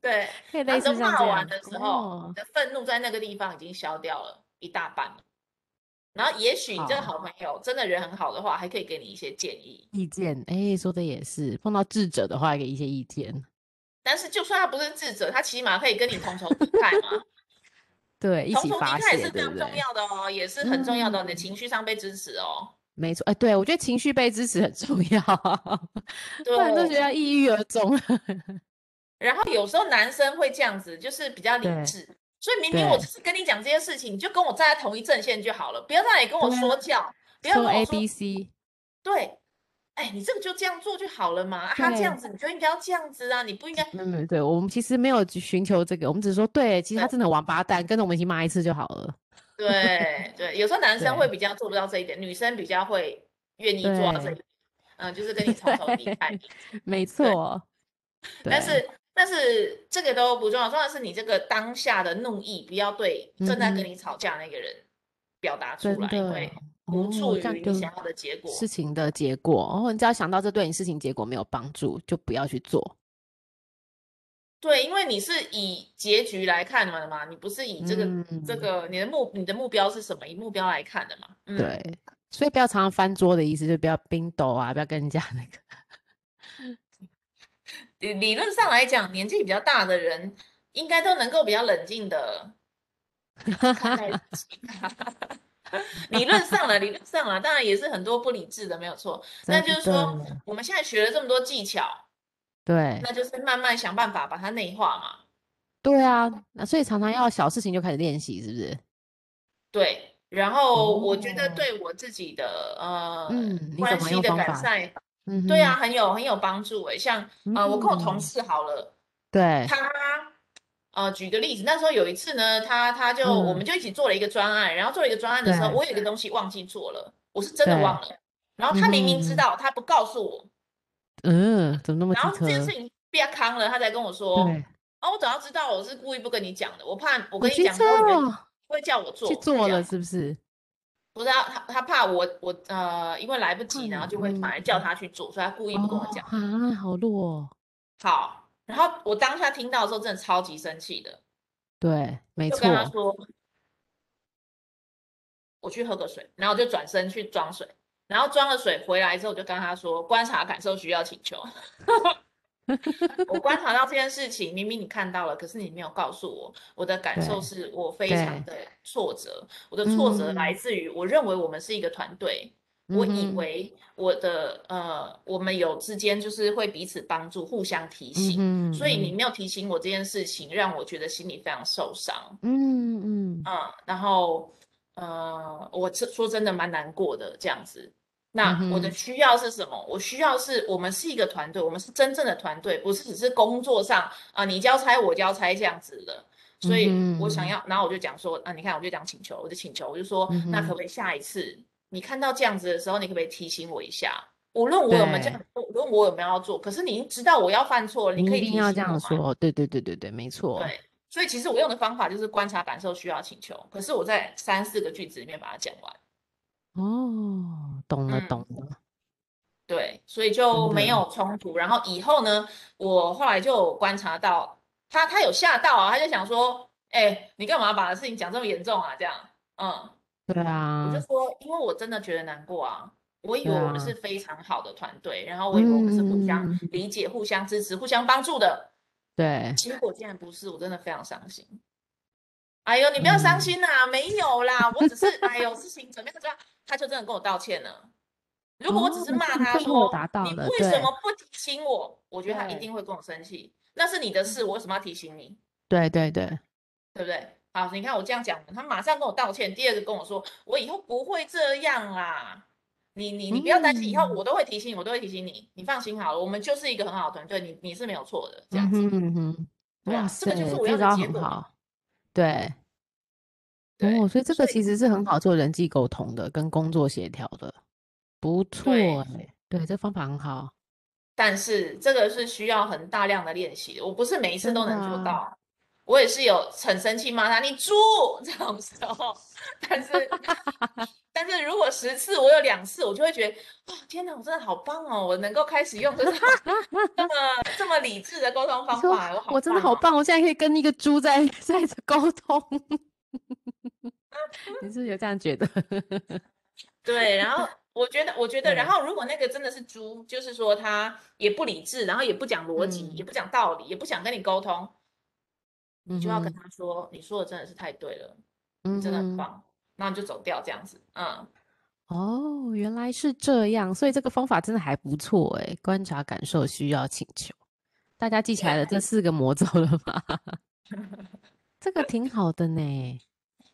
B: 对。
A: 可以
B: 然
A: 类
B: 后你都
A: 似像
B: 骂
A: 这
B: 完
A: 样
B: 的时候，你
A: 哦，
B: 的愤怒在那个地方已经消掉了一大半了。然后也许你这个
A: 好
B: 好朋友真的人很好的话，还可以给你一些建议。
A: 意见，哎，说的也是，碰到智者的话给一些意见。
B: 但是就算他不是智者，他起码可以跟你同仇敌忾嘛。
A: 对， 一
B: 同
A: 起
B: 仇
A: 发
B: 敌忾也
A: 泄，
B: 是非
A: 对
B: 常
A: 不
B: 重
A: 对？
B: 要的哦，也是很重要的哦，你的
A: 嗯
B: 情绪上被支持哦。
A: 没错，哎，对，我觉得情绪被支持很重要， 不然都觉
B: 对，
A: 得抑郁而终了。
B: 然后有时候男生会这样子，就是比较理
A: 对
B: 智。所以明明我
A: 对
B: 只是跟你讲这件事情，你就跟我站在同一阵线就好了，不要在那里跟我
A: 对啊，
B: 说教，不要
A: 说
B: 跟我
A: A
B: 说
A: B C，
B: 对，哎，你这个就这样做就好了嘛，啊他这样
A: 对，嗯
B: 子你就应该要这样子啊，你不应该。
A: 没有没有，对我们其实没有去寻求这个，我们只是说，对，其实他
B: 对
A: 真的王八蛋，跟着我们一起骂一次就好了。
B: 对对，有时候男生会
A: 对
B: 比较做不到这一点，女生比较会愿意做到这
A: 对
B: 一点，嗯、就是跟你同仇敌忾
A: 对，
B: 一起。
A: 没
B: 对，
A: 错，
B: 但
A: 对，
B: 是但是这个都不重要，重要的是你这个当下的怒意不要对
A: 嗯
B: 正在跟
A: 哼，
B: 你吵架那个人表达出
A: 真
B: 来，因
A: 的
B: 为无
A: 哦，
B: 助
A: 这样
B: 于你
A: 就
B: 想要的结
A: 事
B: 果。
A: 情的结果，哦，你只要想到这对你事情结果没有帮助，就不要去做。
B: 对，因为你是以结局来看的嘛，你不是以这个这
A: 嗯，
B: 个你的目你的目标是什么，以目标来看的嘛，嗯。
A: 对，所以不要常常翻桌的意思，就不要冰斗啊，不要跟人家那个。
B: 理理论上来讲，年纪比较大的人应该都能够比较冷静的看待事情。 理论上了，理论上了，当然也是很多不理智的，没有错。那
A: 真
B: 就是说，
A: 的，
B: 我们现在学了这么多技巧，
A: 对，
B: 那就是慢慢想办法把它内化嘛。
A: 对啊，那所以常常要小事情就开始练习，是不是？
B: 对，然后我觉得
A: 哦，
B: 对我自己的呃
A: 嗯，你怎
B: 关
A: 么
B: 系
A: 用
B: 的
A: 方
B: 改
A: 法？
B: 善，
A: 嗯
B: 对啊，
A: 哼，
B: 很有很有帮助诶。像呃，我跟我同
A: 嗯，
B: 事好了，
A: 对，
B: 他。呃，举个例子，那时候有一次呢，他他就我们
A: 嗯，
B: 就一起做了一个专案，然后做了一个专案的时候，
A: 对
B: 我有一个东西忘记做了，我是真的
A: 对，
B: 忘了。然
A: 嗯
B: 后他明明知
A: 哼，
B: 道，他不告诉我，
A: 嗯，怎么那么
B: 然
A: 机
B: 后这件事
A: 车？
B: 情被他扛了，他才跟我说，
A: 对，
B: 哦，我早要知道，我是故意不跟你讲的，我怕我
A: 好
B: 跟你
A: 机
B: 讲
A: 车
B: 之后，你们
A: 哦，
B: 会叫我
A: 去
B: 做，
A: 做
B: 这样
A: 了是不是？
B: 不知道他他怕我我呃，因为来不
A: 怕
B: 及，然后
A: 你，
B: 就会反
A: 嗯
B: 而叫
A: 嗯，
B: 他去做，所以他故意不跟我
A: 哦，
B: 讲。
A: 啊，好弱哦，
B: 好，然后我当下听到的时候，真的超级生气的，
A: 对，没
B: 就跟他
A: 错，
B: 说。我去喝个水，然后我就转身去装水，然后装了水回来之后，我就跟他说观察感受需要请求。 我观察到这件事情，明明你看到了，可是你没有告诉我。我的感受
A: 对
B: 是我非常
A: 对，
B: 的挫折，我的挫折来
A: 嗯
B: 自于我认为我们是一个团队，我
A: 嗯
B: 以
A: 哼，
B: 为我的呃，我们有之间就是会彼此帮助，互相提
A: 嗯
B: 醒，
A: 哼
B: 所以你
A: 嗯
B: 没有提醒我这件事情，让我觉得心里非常受伤。
A: 嗯嗯
B: 嗯，然后呃，我是说真的蛮难过的这样子。
A: 嗯
B: 那我的
A: 哼，
B: 需要是什么？我需要是我们是一个团队，我们是真正的团队，不是只是工作上啊、你交差我交差这样子的。所
A: 嗯
B: 以我想
A: 哼
B: 要，然后我就讲说啊，你看我就讲请求，我就请求，我就说
A: 嗯
B: 那可不
A: 哼，
B: 可以下一次你看到这样子的时候，你可不可以提醒我一下？无论我有没有这
A: 对。
B: 样，无论我有没有要做，可是你已经知道我要犯错了，你
A: 你
B: 可
A: 一
B: 以
A: 定
B: 提
A: 要这
B: 醒我
A: 样
B: 吗？
A: 说，对对对对对，没错，
B: 对，所以其实我用的方法就是观察、感受、需要、请求。可是我在三四个句子里面把它讲完，
A: 哦，懂了懂
B: 嗯，
A: 了，
B: 对，所以
A: 真
B: 就没
A: 的，
B: 有冲突。然后以后呢，我后来就有观察到他，他有吓到啊，他就想说，哎，你干嘛把事情讲这么严重啊？这样，嗯，
A: 对
B: 我就
A: 啊，
B: 说，因为我真的觉得难过啊。我以
A: 对
B: 为我们是
A: 啊，
B: 非常好的团队，然后我以为我们是互相
A: 嗯，
B: 理解、互相支持、互相帮助的，
A: 对，
B: 结果竟然不是，我真的非常伤心。哎呦，你不要伤
A: 嗯，
B: 心啦，没有啦，我只是哎呦，事情怎么样怎么样，他就真的跟我道歉了。如果我只
A: 哦，
B: 是
A: 那这
B: 骂
A: 样
B: 他
A: 最后有
B: 说
A: 达到
B: 你
A: 了，
B: 为什
A: 对
B: 么不提醒我，我觉得他一
A: 对
B: 定会跟我生气。那是你的事，我为什么要提醒你？
A: 对对对，
B: 对不对？好，你看我这样讲，他马上跟我道歉。第二个跟我说，我以后不会这样啦。你你你不要担心，以后我
A: 嗯
B: 都会提醒你，我都会提醒你，你放心好了，我们就是一个很好的团队，你你是没有错的，
A: 嗯
B: 这样
A: 哼
B: 子。
A: 嗯哼，
B: 对
A: 哇
B: 啊，这个就是
A: 塞，
B: 我
A: 这
B: 要的
A: 招
B: 结
A: 很
B: 果嘛。
A: 好，对，哦，
B: 对，
A: 所以这个
B: 所以
A: 其实是很好做人际沟通的，跟工作协调的，不错
B: 对。
A: 哎，对，这方法很好，
B: 但是这个是需要很大量的练习的，我不是每一次
A: 真
B: 都
A: 的
B: 能做
A: 啊，
B: 到。我也是有很生气骂他“你猪” 这种时候，但是但是如果十次我有两次，我就会觉得哇、天哪，我真的好棒哦！我能够开始用这种 这么这么理智的沟通
A: 你
B: 方
A: 说
B: 法，我好
A: 我真的
B: 棒
A: 好
B: 哦！
A: 棒，我现在可以跟一个猪在在沟通， 你是不是有这样觉得？
B: 对，然后我觉得，我觉得，然
A: 对，
B: 后如果那个真的是猪，就是说他也不理智，然后也不讲逻辑，也
A: 嗯，
B: 不讲道理，也不想跟你沟通，
A: 你
B: 就要跟他说，你说的真的是太对了，
A: 嗯
B: 你真的很棒，然后你就走掉这样子，嗯。
A: 哦，原来是这样，所以这个方法真的还不错哎。观察、感受、需要、请求，大家记起来了这四个魔咒了吗？ 这个挺好的呢。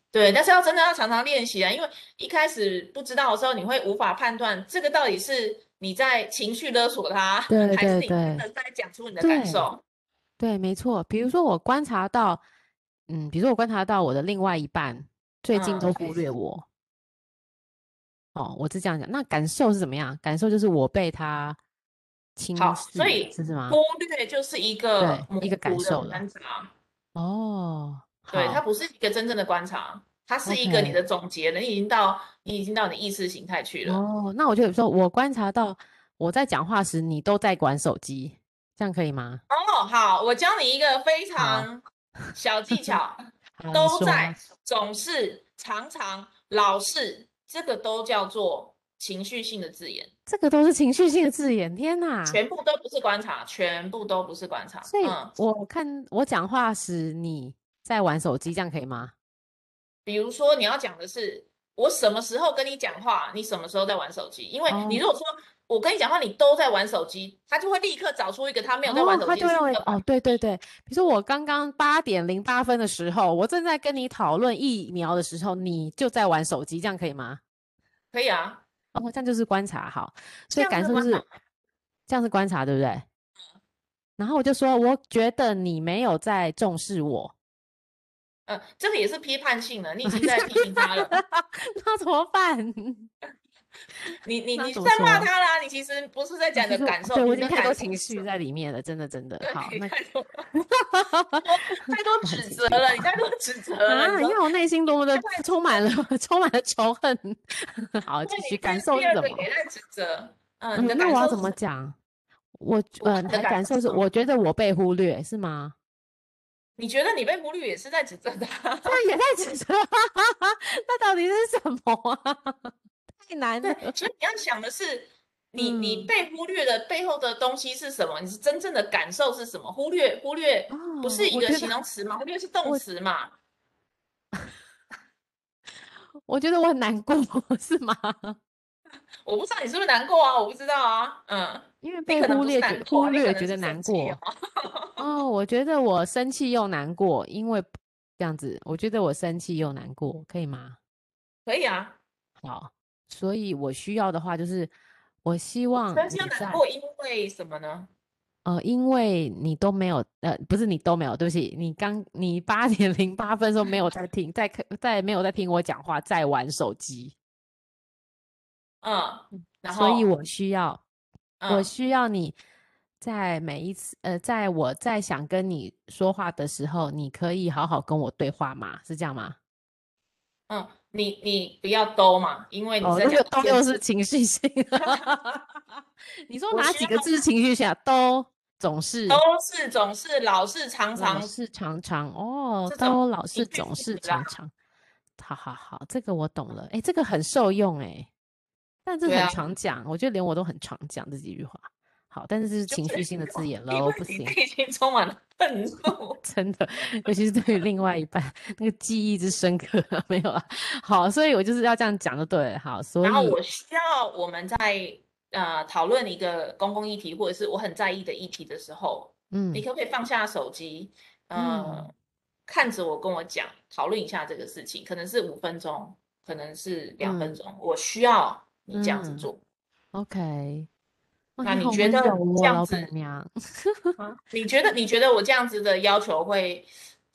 B: 对，但是要真的要常常练习啊，因为一开始不知道的时候，你会无法判断这个到底是你在情绪勒索他，
A: 对
B: 还是
A: 对
B: 你真的在讲出你的感
A: 对
B: 受。
A: 对，没错。比
B: 嗯
A: 如说我观察到，嗯，比如说我观察到我的另外一半最近
B: 嗯
A: 都
B: 对
A: 忽略我。哦，我是这样讲。那感受是怎么样？感受就是我被他轻
B: 好
A: 视，
B: 所以
A: 是是吗？
B: 忽略就是一个
A: 对一个感
B: 模糊的
A: 受了
B: 观察，
A: 哦，
B: 对，它
A: 好，
B: 不是一个真正的观察，它是一个
A: OK
B: 你的总结了，你已经到你已经到你意识形态去了。
A: 哦，那我就有时候我观察到我在讲话时，你都在管手机，这样可以吗？
B: 哦，好，我教你一个非常小技巧，
A: 好你
B: 都
A: 说
B: 在、总是、常常、老是，这个都叫做情绪性的字眼，
A: 这个都是情绪性的字眼，天哪！
B: 全部都不是观察，全部都不是观察。
A: 啊所以
B: 嗯，
A: 我看我讲话时你在玩手机，这样可以吗？
B: 比如说你要讲的是我什么时候跟你讲话，你什么时候在玩手机？因为你
A: 哦
B: 如果说我跟你讲话，你都在玩手机，他就会立刻找出一个他没有在玩
A: 哦，
B: 手
A: 他
B: 机
A: 就
B: 的时
A: 认为
B: 刻
A: 哦，对对对，比如说我刚刚八点零八分的时候，我正在跟你讨论疫苗的时候，你就在玩手机，这样可以吗？
B: 可以啊，
A: 哦，这样就是观察好，所以
B: 这
A: 感
B: 样是
A: 受就
B: 观
A: 是
B: 察
A: 这样是观察，对不对？然后我就说，我觉得你没有在重视我，
B: 嗯，这个也是批判性的，你已经在批评他了，
A: 那怎么 办？
B: 你你
A: 那
B: 你
A: 怎
B: 在
A: 么
B: 骂
A: 说
B: 他啦，你其实不是在讲你
A: 就
B: 的
A: 是
B: 感 受，
A: 对
B: 你
A: 我已
B: 是
A: 经
B: 在
A: 太多
B: 感
A: 情
B: 受
A: 绪在里面了，真的真的。
B: 对，
A: 好，
B: 你
A: 那
B: 太多太多
A: 很
B: 指
A: 情
B: 责
A: 绪
B: 了，你太多指责了，
A: 啊，
B: 你
A: 因为
B: 说
A: 我内心多 么的充满了 充满了仇恨。 好，继
B: 对你
A: 续
B: 这
A: 感
B: 是
A: 受
B: 第
A: 是
B: 二
A: 什
B: 个
A: 么？
B: 也在指责，嗯，你的
A: 嗯，那
B: 感
A: 我要
B: 受
A: 怎
B: 是
A: 么
B: 什
A: 讲？我
B: 我
A: 呃，
B: 你
A: 你
B: 的
A: 的
B: 感
A: 感
B: 受
A: 受
B: 是
A: 是，
B: 什
A: 我觉得我被忽略，是吗？
B: 你觉得你被忽略也是在指责他，
A: 那也太指责了，那到底是什么啊？ 太难了。
B: 对，所以你要想的是，你你
A: 嗯
B: 被忽略的背后的东西是什么？你是真正的感受是什么？忽略忽略不
A: 哦
B: 是一
A: 我
B: 个
A: 觉
B: 形
A: 得
B: 容词嘛？忽略是动
A: 我
B: 词嘛？
A: 我觉得我很难过，是吗？
B: 我不知道你是不是难过啊？我不知道啊，嗯，
A: 因为
B: 你
A: 被
B: 可能
A: 忽
B: 不
A: 略
B: 是
A: 觉
B: 难
A: 忽
B: 过，你可
A: 略
B: 能
A: 觉
B: 是
A: 得难
B: 生气
A: 过
B: 哦。
A: 哦，我觉得我生气又难过，因为这样子，我觉得我生气又难过，可以吗？
B: 可以啊，
A: 好，所以我需要的话就是，我希望
B: 生气
A: 你
B: 又难
A: 在
B: 过，因为什么呢？
A: 呃，因为你都没有呃，不是你都没有，对不起，你刚你八点零八分的时候没有在听，在看在没有在听我讲话，在玩手机，
B: 嗯，然后
A: 所以我需要我
B: 嗯
A: 需要你在每一次呃，在我在想跟你说话的时候，你可以好好跟我对话吗？是这样吗？
B: 嗯，你你不要兜嘛，因为你
A: 哦，
B: 在
A: 那
B: 讲
A: 个都
B: 限
A: 又
B: 制
A: 是情绪性。 你说
B: 我
A: 哪
B: 需
A: 几个字是情绪性啊？都总是
B: 都是总是老是常
A: 老
B: 常
A: 是常常哦
B: 这，种
A: 都老
B: 情
A: 是
B: 绪
A: 总
B: 性
A: 是
B: 的啦
A: 常常。好好好，这个我懂了。哎，这个很受用哎，但这
B: 对
A: 很
B: 啊
A: 常讲，我觉得连我都很常讲这几句话。好，但是这是
B: 就
A: 情
B: 是
A: 绪性的字眼
B: 因
A: 喽
B: 为，
A: 不
B: 你
A: 行。
B: 内心充满了愤怒。
A: 真的，尤其是对于另外一半，那个记忆之深刻，没有啊。好，所以我就是要这样讲就对了。好，所
B: 然后
A: 以
B: 我需要我们在呃讨论一个公共议题，或者是我很在意的议题的时候，
A: 嗯
B: 你可不可以放下手机，呃，
A: 嗯
B: 看着我跟我讲，讨论一下这个事情，可能是五分钟，可能是两分
A: 嗯
B: 钟，我需要你这样子
A: 嗯
B: 做。
A: ，OK。哇，
B: 那
A: 你
B: 你
A: 好
B: 觉
A: 温
B: 得
A: 柔哦，
B: 这样
A: 老
B: 子
A: 板娘。
B: 啊你觉得你觉得我这样子的要求会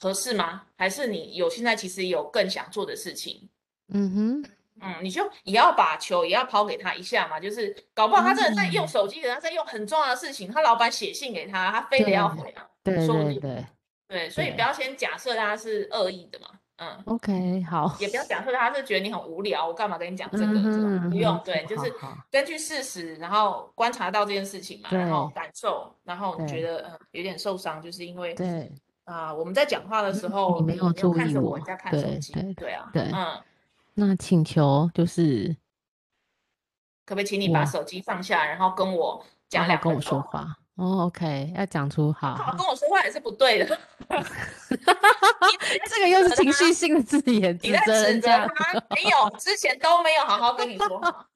B: 合适吗？还是你有现在其实有更想做的事情？
A: 嗯哼，
B: 嗯，你就也要把球也要抛给他一下嘛，就是搞不好他真的在用
A: 嗯
B: 手机的，他在用很重要的事情，他老板写信给他，他非得要
A: 对
B: 回啊，
A: 对
B: 说不
A: 对
B: 定
A: 对
B: 对，所以
A: 对
B: 不要先假设他是恶意的嘛，嗯，
A: ，OK，好。
B: 也不要假设他是觉得你很无聊，我干嘛跟你讲这个
A: 嗯
B: 这种，
A: 哼，
B: 不用，对，就是
A: 好好，
B: 根据事实，然后观察到这件事情嘛，然后
A: 对
B: 感受，然后你觉
A: 对
B: 得嗯有点受伤，就是因为
A: 对，
B: 啊、我们在讲话的时
A: 嗯你
B: 候，
A: 没
B: 你
A: 有
B: 没有
A: 注
B: 看
A: 意
B: 着
A: 我，
B: 我在看手
A: 对
B: 机，
A: 对
B: 对啊，
A: 对。
B: 嗯。
A: 那请求就是
B: 可不可以请你把
A: 我
B: 手机放下，然后跟我
A: 好
B: 讲
A: 好
B: 两
A: 跟
B: 分
A: 我说
B: 钟？
A: 话。哦，OK，要讲出好，
B: 好
A: 好
B: 跟我说话也是不对的。
A: 这个又是情绪性的字眼，
B: 你
A: 指
B: 在
A: 责
B: 指
A: 人
B: 责
A: 家。
B: 他，没有，之前都没有好好跟你说话。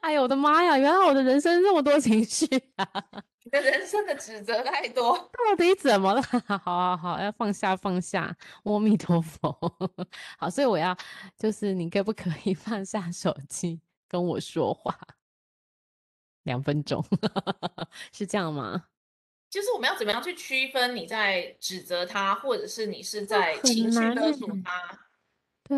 A: 哎呦我的妈呀！原来我的人生这么多情绪啊！
B: 你的人生的指责太多，
A: 到底怎么了？ 好好好，要放下放下，阿弥陀佛。 好，所以我要就是你可不可以 放下手机跟我说话？两分钟 是这样吗？
B: 就是我们要怎么样去区分你在指责他，或者是你是在
A: 很
B: 情绪
A: 难
B: 勒索
A: 欸
B: 他，
A: 对，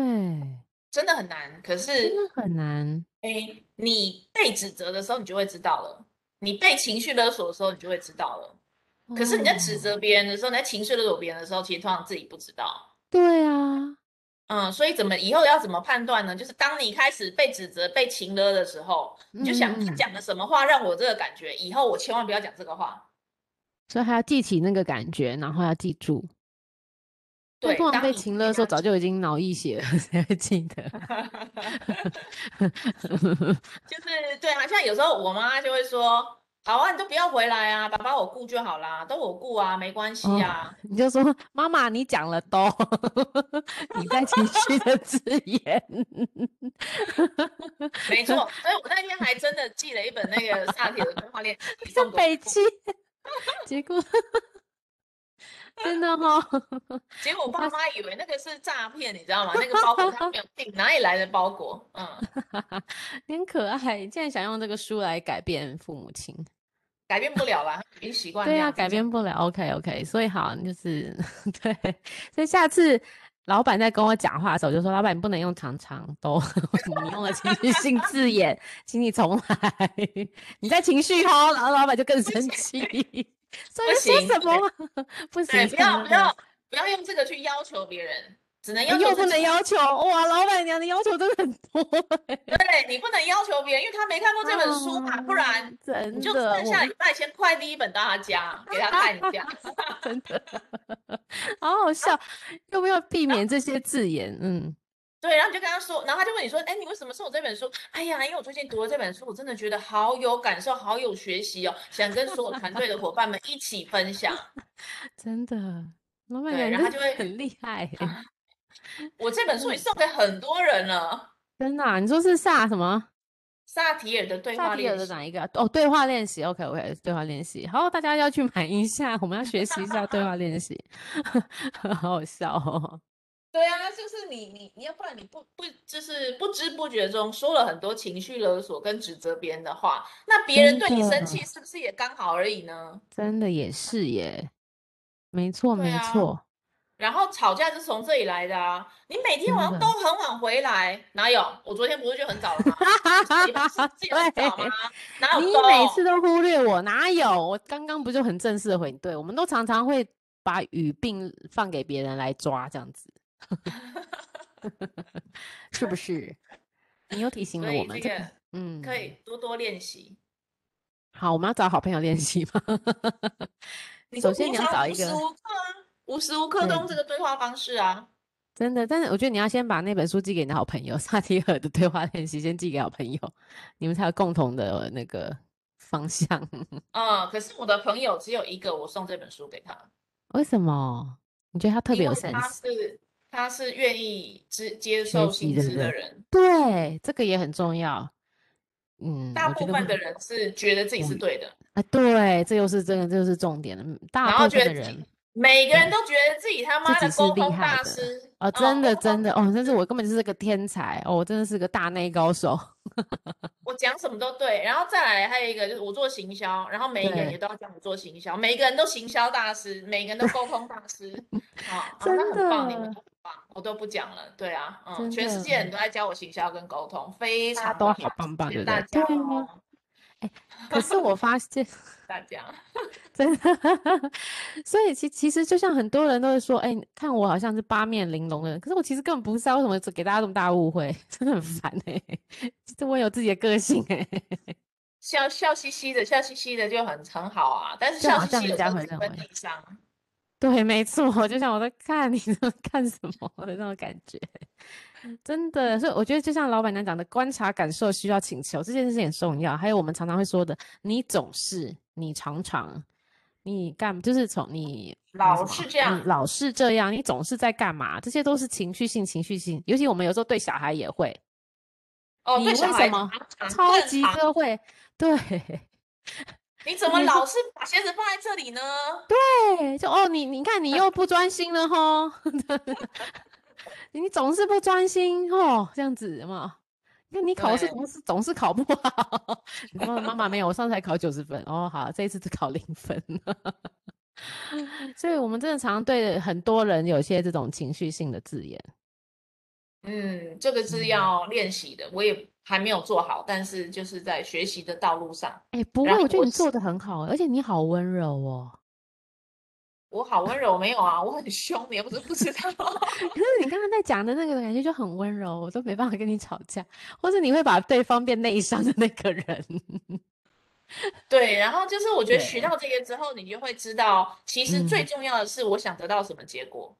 B: 真的很难。可
A: 真
B: 是，
A: 的很难。
B: 哎，你被指责的时候，你就会知道了；你被情绪勒索的时候，你就会知道了。可是你在指
A: 哦
B: 责别人的时候，你在情绪勒索别人的时候，其实通常自己不知道。
A: 对啊，
B: 嗯，所以怎么以后要怎么判断呢？就是当你开始被指责、被情勒的时候，你就想他
A: 嗯
B: 讲的什么话让我这个感觉，以后我千万不要讲这个话。
A: 所以还要记起那个感觉，然后要记住。但
B: 对，
A: 通常
B: 当
A: 被
B: 你
A: 情
B: 被
A: 勒的时候，
B: 他
A: 早就已经脑溢血了， 谁会记得？
B: 啊就是对啊，像有时候我妈就会说：“好啊，你都不要回来啊，爸爸我顾就好啦，都我顾啊，没关系
A: 哦
B: 啊。
A: 你就说妈妈，你讲了都，你在情绪的字眼。
B: 没错，所以我那天还真的寄了一本那个萨铁的对 话练习
A: 就
B: 送给我
A: 北气， 结果真的哦哈、
B: 结果我爸妈以为那个是诈骗，你知道吗？那个包裹他没有订，哪里来的包裹？嗯，
A: 你 很可爱，竟然想用这个书来改变父母亲，
B: 改变不了啦，已经习惯
A: 对
B: 呀、
A: 呀、改变不了。OK OK，所以好，就是 对，所以下次老板在跟我讲话的时候，我就说老板你不能用常常都， 你用了情绪性字眼，请你重来，你在情绪吼，然后老板就更生气。 所以说
B: 行
A: 什
B: 不
A: 么嘛？不
B: 对，
A: 行，
B: 不
A: 这
B: 要
A: 样
B: 不
A: 这样
B: 要不要用这个去要求别人，只能要求
A: 又哎
B: 自
A: 不能
B: 己。
A: 要求哇！老板娘的要求真的很多欸、
B: 对你不能要求别人，因为他没看过这本书嘛，不然
A: 啊真
B: 你就
A: 的
B: 剩
A: 我
B: 下礼拜先快递一本到他家给他看一下。
A: 真的 好好 笑，要不要避免这些字眼？嗯，
B: 对，然后你就跟他说，然后他就问你说：“哎，你为什么送我这本书？”哎呀，因为我最近读了这本书，我真的觉得好有感受，好有学习哦，想跟所有团队的伙伴们一起分享。
A: 真的，老板
B: 对
A: 娘
B: 然后
A: 真
B: 就
A: 的
B: 会啊
A: 很厉害欸、
B: 我这本书也送给很多人了，
A: 真的啊、你说是萨什么？
B: 萨提尔的对
A: 萨
B: 话
A: 提尔
B: 练
A: 的
B: 习。
A: 哪一个啊、哦，对话练习，OK OK，对话练习。好，大家要去买一下，我们要学习一下对话练习， 好好笑 哦。
B: 对啊，就是你你你要不然你不不就是不知不觉中说了很多情绪勒索跟指责别人的话，那别人
A: 真
B: 对你生
A: 的
B: 气是不是也刚好而已呢？
A: 真的也是耶，没错
B: 对
A: 没
B: 啊
A: 错，
B: 然后吵架就是从这里来的啊！你每天晚上
A: 真的
B: 都很晚回来，哪有？我昨天不是就很 早了吗？你不是自己很早吗
A: 对？
B: 哪有
A: 你
B: 都？
A: 每次都忽略我，哪有？我刚刚不就很正式的回你？对，我们都常常会把语病放给别人来抓，这样子，是不是？你又提醒
B: 所
A: 了我
B: 以
A: 们，
B: 这
A: 这
B: 个
A: 嗯，
B: 可以。多多练习。
A: 好，我们要找好朋友练习吗？
B: 你
A: 首
B: 说
A: 先
B: 平
A: 你要
B: 常
A: 找一
B: 无时
A: 个
B: 无刻啊，无时无刻都用这个对话方式啊。
A: 真的，但是我觉得你要先把那本书寄给你的好朋友，萨提尔的对话练习先寄给好朋友，你们才有共同的那个方向。
B: 嗯，可是我的朋友只有一个，我送这本书给他。
A: 为什么？你觉得他特
B: 因
A: 别有
B: 为他
A: sense？
B: 是他是愿意接接受
A: 习
B: 薪
A: 的
B: 资的
A: 人
B: 人，
A: 对，这个也很重要。嗯，
B: 大
A: 我觉
B: 部
A: 得
B: 分
A: 会
B: 的人是觉得自己
A: 我
B: 是对的，
A: 啊，对，这又是真的，这就是重点了。嗯
B: 然
A: 大
B: 后
A: 部
B: 觉
A: 分
B: 得
A: 的
B: 自己
A: 人
B: 每个人都觉得自己他妈
A: 自
B: 的
A: 己是
B: 沟
A: 厉
B: 通
A: 害
B: 大
A: 的
B: 师
A: 啊、
B: 嗯
A: 真的
B: 沟通
A: 真的哦，但是我根本就是个天才哦，我真的是个大内高 手。
B: 我讲什么都对，然后再来还有一个就是我做行销，然后每一个人
A: 对
B: 也都要讲我做行销，每一个人都行销大师，每个人都沟通大师， 啊，啊那
A: 真
B: 很棒，你们
A: 的
B: 都很棒，我都不讲了，对啊，嗯，
A: 真
B: 全世
A: 的
B: 界人都在教我行销跟沟通，非
A: 大家
B: 常
A: 都
B: 棒
A: 好棒棒
B: 谢
A: 对
B: 谢
A: 不
B: 大
A: 对
B: 家
A: 对啊
B: 哦，
A: 可是我发现，
B: 大家，
A: 真的， 所以其其实就像很多人都会说，哎、看我好像是八面玲珑的人，可是我其实根本不是啊，为什么只给大家这么大的误会？真
B: 嗯
A: 的很烦哎、 其实我有自己的个性哎、
B: 笑笑嘻嘻的，笑嘻嘻的就很很好啊，但是
A: 就
B: 笑
A: 好
B: 嘻
A: 像
B: 嘻
A: 人
B: 有时
A: 家
B: 候
A: 会
B: 只
A: 认
B: 分
A: 为
B: 地上。
A: 对，没错， 就像我在看你在看什么的那种感觉，嗯真的。所以我觉得，就像老板娘讲的，观察、感受、需要、请求这件事情很重要。还有我们常常会说的，你总是、你常常，你干就是从你
B: 老
A: 嗯什么
B: 是这样
A: 嗯老是这样，你总是在干嘛？这些都是情绪性，情绪性。尤其我们有时候对小孩也会，
B: 哦，
A: 你
B: 对小
A: 为
B: 孩
A: 什么
B: 常常
A: 超
B: 更
A: 级
B: 常
A: 歌会，对
B: 你怎么
A: 你
B: 老是把鞋子放在这里呢？
A: 对，就哦，你你看你又不专心了吼， 你总是不专心哦，这样子嘛。那你考试
B: 对
A: 总是总是考不好， 你说妈妈没有，我上次才考九十分，哦好，这一次只考零分。 所以我们真的常常对很多人有些这种情绪性的字眼。
B: 嗯，这个是
A: 嗯
B: 要练习的，我也还没有做好，但是就是在学习的道路上，
A: 哎、不
B: 然
A: 会，我
B: 后
A: 觉得
B: 我
A: 你
B: 是
A: 做的很好，而且你好温柔哦。
B: 我好温柔，没有啊，我很凶，你又不是不 知道。
A: 可是你刚刚在讲的那个感觉就很温柔，我都没办法跟你吵架，或者你会把对方变内伤的那个人。
B: 对，然后就是我觉得学
A: 对
B: 到这些之后，你就会知道，其实最
A: 嗯
B: 重要的是我想得到什么结果。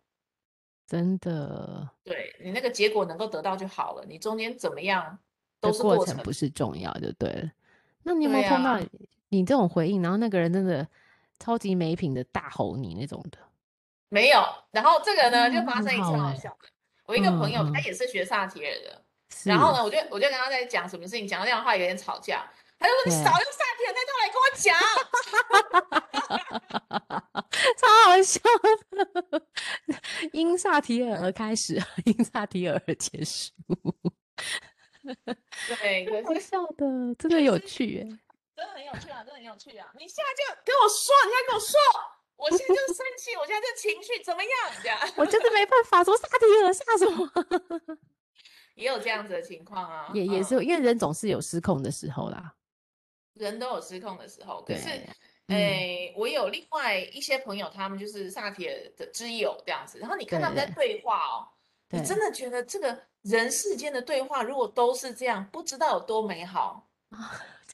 A: 真的，
B: 对，你那个结果能够得到就好了，你中间怎么样都
A: 这
B: 是
A: 过
B: 过
A: 程
B: 程。
A: 不是重要就对了。那你有没有
B: 对
A: 碰
B: 啊
A: 到你这种回应，然后那个人真的超级没品的大吼你那种的？
B: 没有，然后这个呢就
A: 嗯
B: 发
A: 很
B: 生一
A: 好
B: 次好
A: 欸
B: 笑的。我一个朋友，
A: 嗯
B: 他
A: 嗯
B: 也是学萨提尔的，
A: 是，
B: 然后呢，我就我就跟他在讲什么事情，讲到这样的话有点吵架，他就说你
A: 对
B: 少用萨提尔那段来跟我讲。
A: 超好笑的，因萨提尔而开始， 因萨提尔而结 束，
B: 对，可
A: 好
B: 是
A: 笑的，真的有趣耶。
B: 真的很有趣啊，真的很有趣啊！你现在就跟我说，你现在跟我说，我现在就是生气，我现在这情绪怎么样？这样
A: 我真的没办法说萨提尔萨什 么，
B: 也有这样子的情况啊，
A: 也也
B: 嗯
A: 是，因为人总是有失控的时候啦。
B: 人都有失控的时候，可
A: 对
B: 是，哎
A: 嗯
B: 诶，我有另外一些朋友，他们就是萨提尔的挚友这样子，然后你看
A: 对
B: 他们在
A: 对
B: 对话哦，你真
A: 对啊
B: 的觉得这个人世间的对话如果都是这样，不知道有多美好。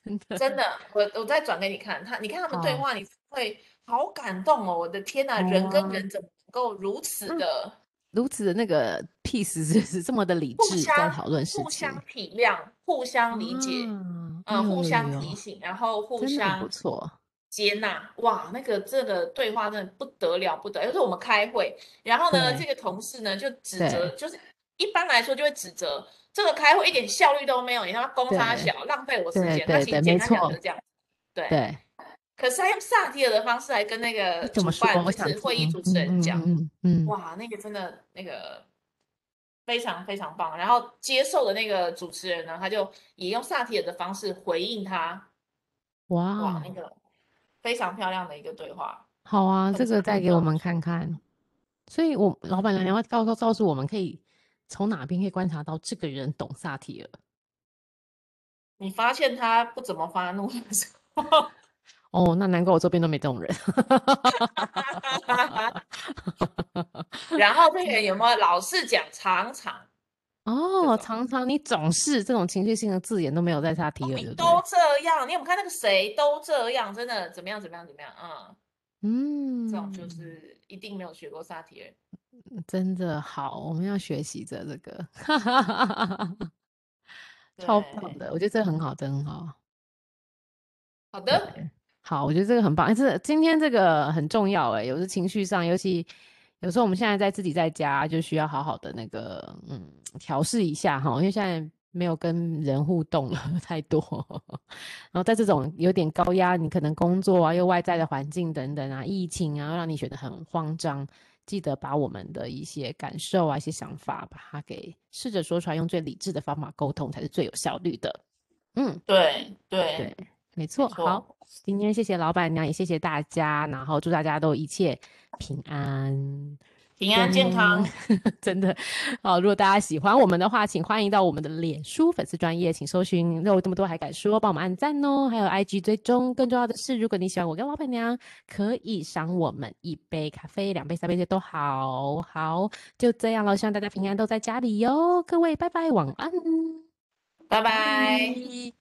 A: 真 的
B: 真的，我我再转给你看，他你看他们对
A: 好
B: 话，你会好感动哦！我的天呐，
A: 好
B: 人跟
A: 啊
B: 人怎么能够如此
A: 嗯
B: 的
A: 如此的那个 peace 就是 这么的理
B: 互
A: 智在
B: 相
A: 讨论事
B: 互
A: 情，
B: 相体谅、互相理解，
A: 啊哎
B: 呃，互
A: 呦
B: 相
A: 呦
B: 提
A: 呦
B: 醒，然后互
A: 真的很不
B: 相
A: 错。
B: 接纳。哇，那个这个对话真的不得了，不得了。就是我们开会，然后呢，
A: 对
B: 这个同事呢就指
A: 对
B: 责，就是一般来说就会指责这个开会一点效率都没有，你他妈公差
A: 对
B: 小，浪费我时
A: 对
B: 间。那
A: 对
B: 其
A: 对
B: 实简
A: 没
B: 单讲
A: 错
B: 就是这样，对。
A: 对，
B: 可是他用萨提尔的方式来跟那个
A: 哎怎
B: 呃主
A: 么说？
B: 办，
A: 我
B: 就
A: 想
B: 是会议
A: 听
B: 主持人
A: 嗯
B: 讲，
A: 嗯嗯嗯，
B: 哇，那个真的那个非常非常棒。然后接受的那个主持人呢，他就也用萨提尔的方式回应他，哇，
A: 哇
B: 那，个非常漂亮的一个对话。
A: 好啊，
B: 很哦
A: 这个
B: 常
A: 再
B: 遇
A: 给我
B: 到
A: 们看看。所以我，老板娘要告诉告诉我们，可以从哪边可以观察到这个人懂萨提尔？
B: 你发现他不怎么发怒的时候，
A: 哦，那难怪我周边都没这种人。
B: 然后这个人有没有老是讲常常，
A: 哦，
B: 种
A: 常常你总是这种情绪性的字眼都没有在萨提
B: 哦
A: 尔，
B: 你
A: 对不对？
B: 都这样，你有没有看那个谁都这样，真的怎么样怎么样怎么样，嗯，
A: 嗯，
B: 这种就是一定没有学过萨提尔。
A: 真的好，我们要学习着这个，哈哈哈哈哈哈， 超棒
B: 对，
A: 的，我觉得这个很好，真的很好。
B: 好
A: 对，
B: 的，
A: 好，我觉得这个很棒。哎，这今天这个很重要哎，有时情绪上，尤其有时候我们现在在自己在家，就需要好好的那个嗯调试一下哈，因为现在没有跟人互动了 太多，然后在这种有点高压，你可能工作啊，又外在的环境等等啊，疫情啊，让你觉得很慌张。记得把我们的一些感受啊、一些想法，把它给试着说出来，用最理智的方法沟通，才是最有效率的。嗯，
B: 对对，
A: 对，没
B: 没
A: 错。好，
B: 错，
A: 今天谢谢老板娘，也谢谢大家，然后祝大家都一切平安。
B: 平安健康。，
A: 真的好。如果大家喜欢我们的话，请欢迎到我们的脸书粉丝专业，请搜寻“肉这么多还敢说”，帮我们按赞哦，还有 IG 追踪。更重要的是，如果你喜欢我跟老板娘，可以赏我们一杯咖啡、两杯、三杯，这都好好。就这样了，希望大家平安都在家里哟，各位，拜拜，晚安，
B: 拜拜。
A: 拜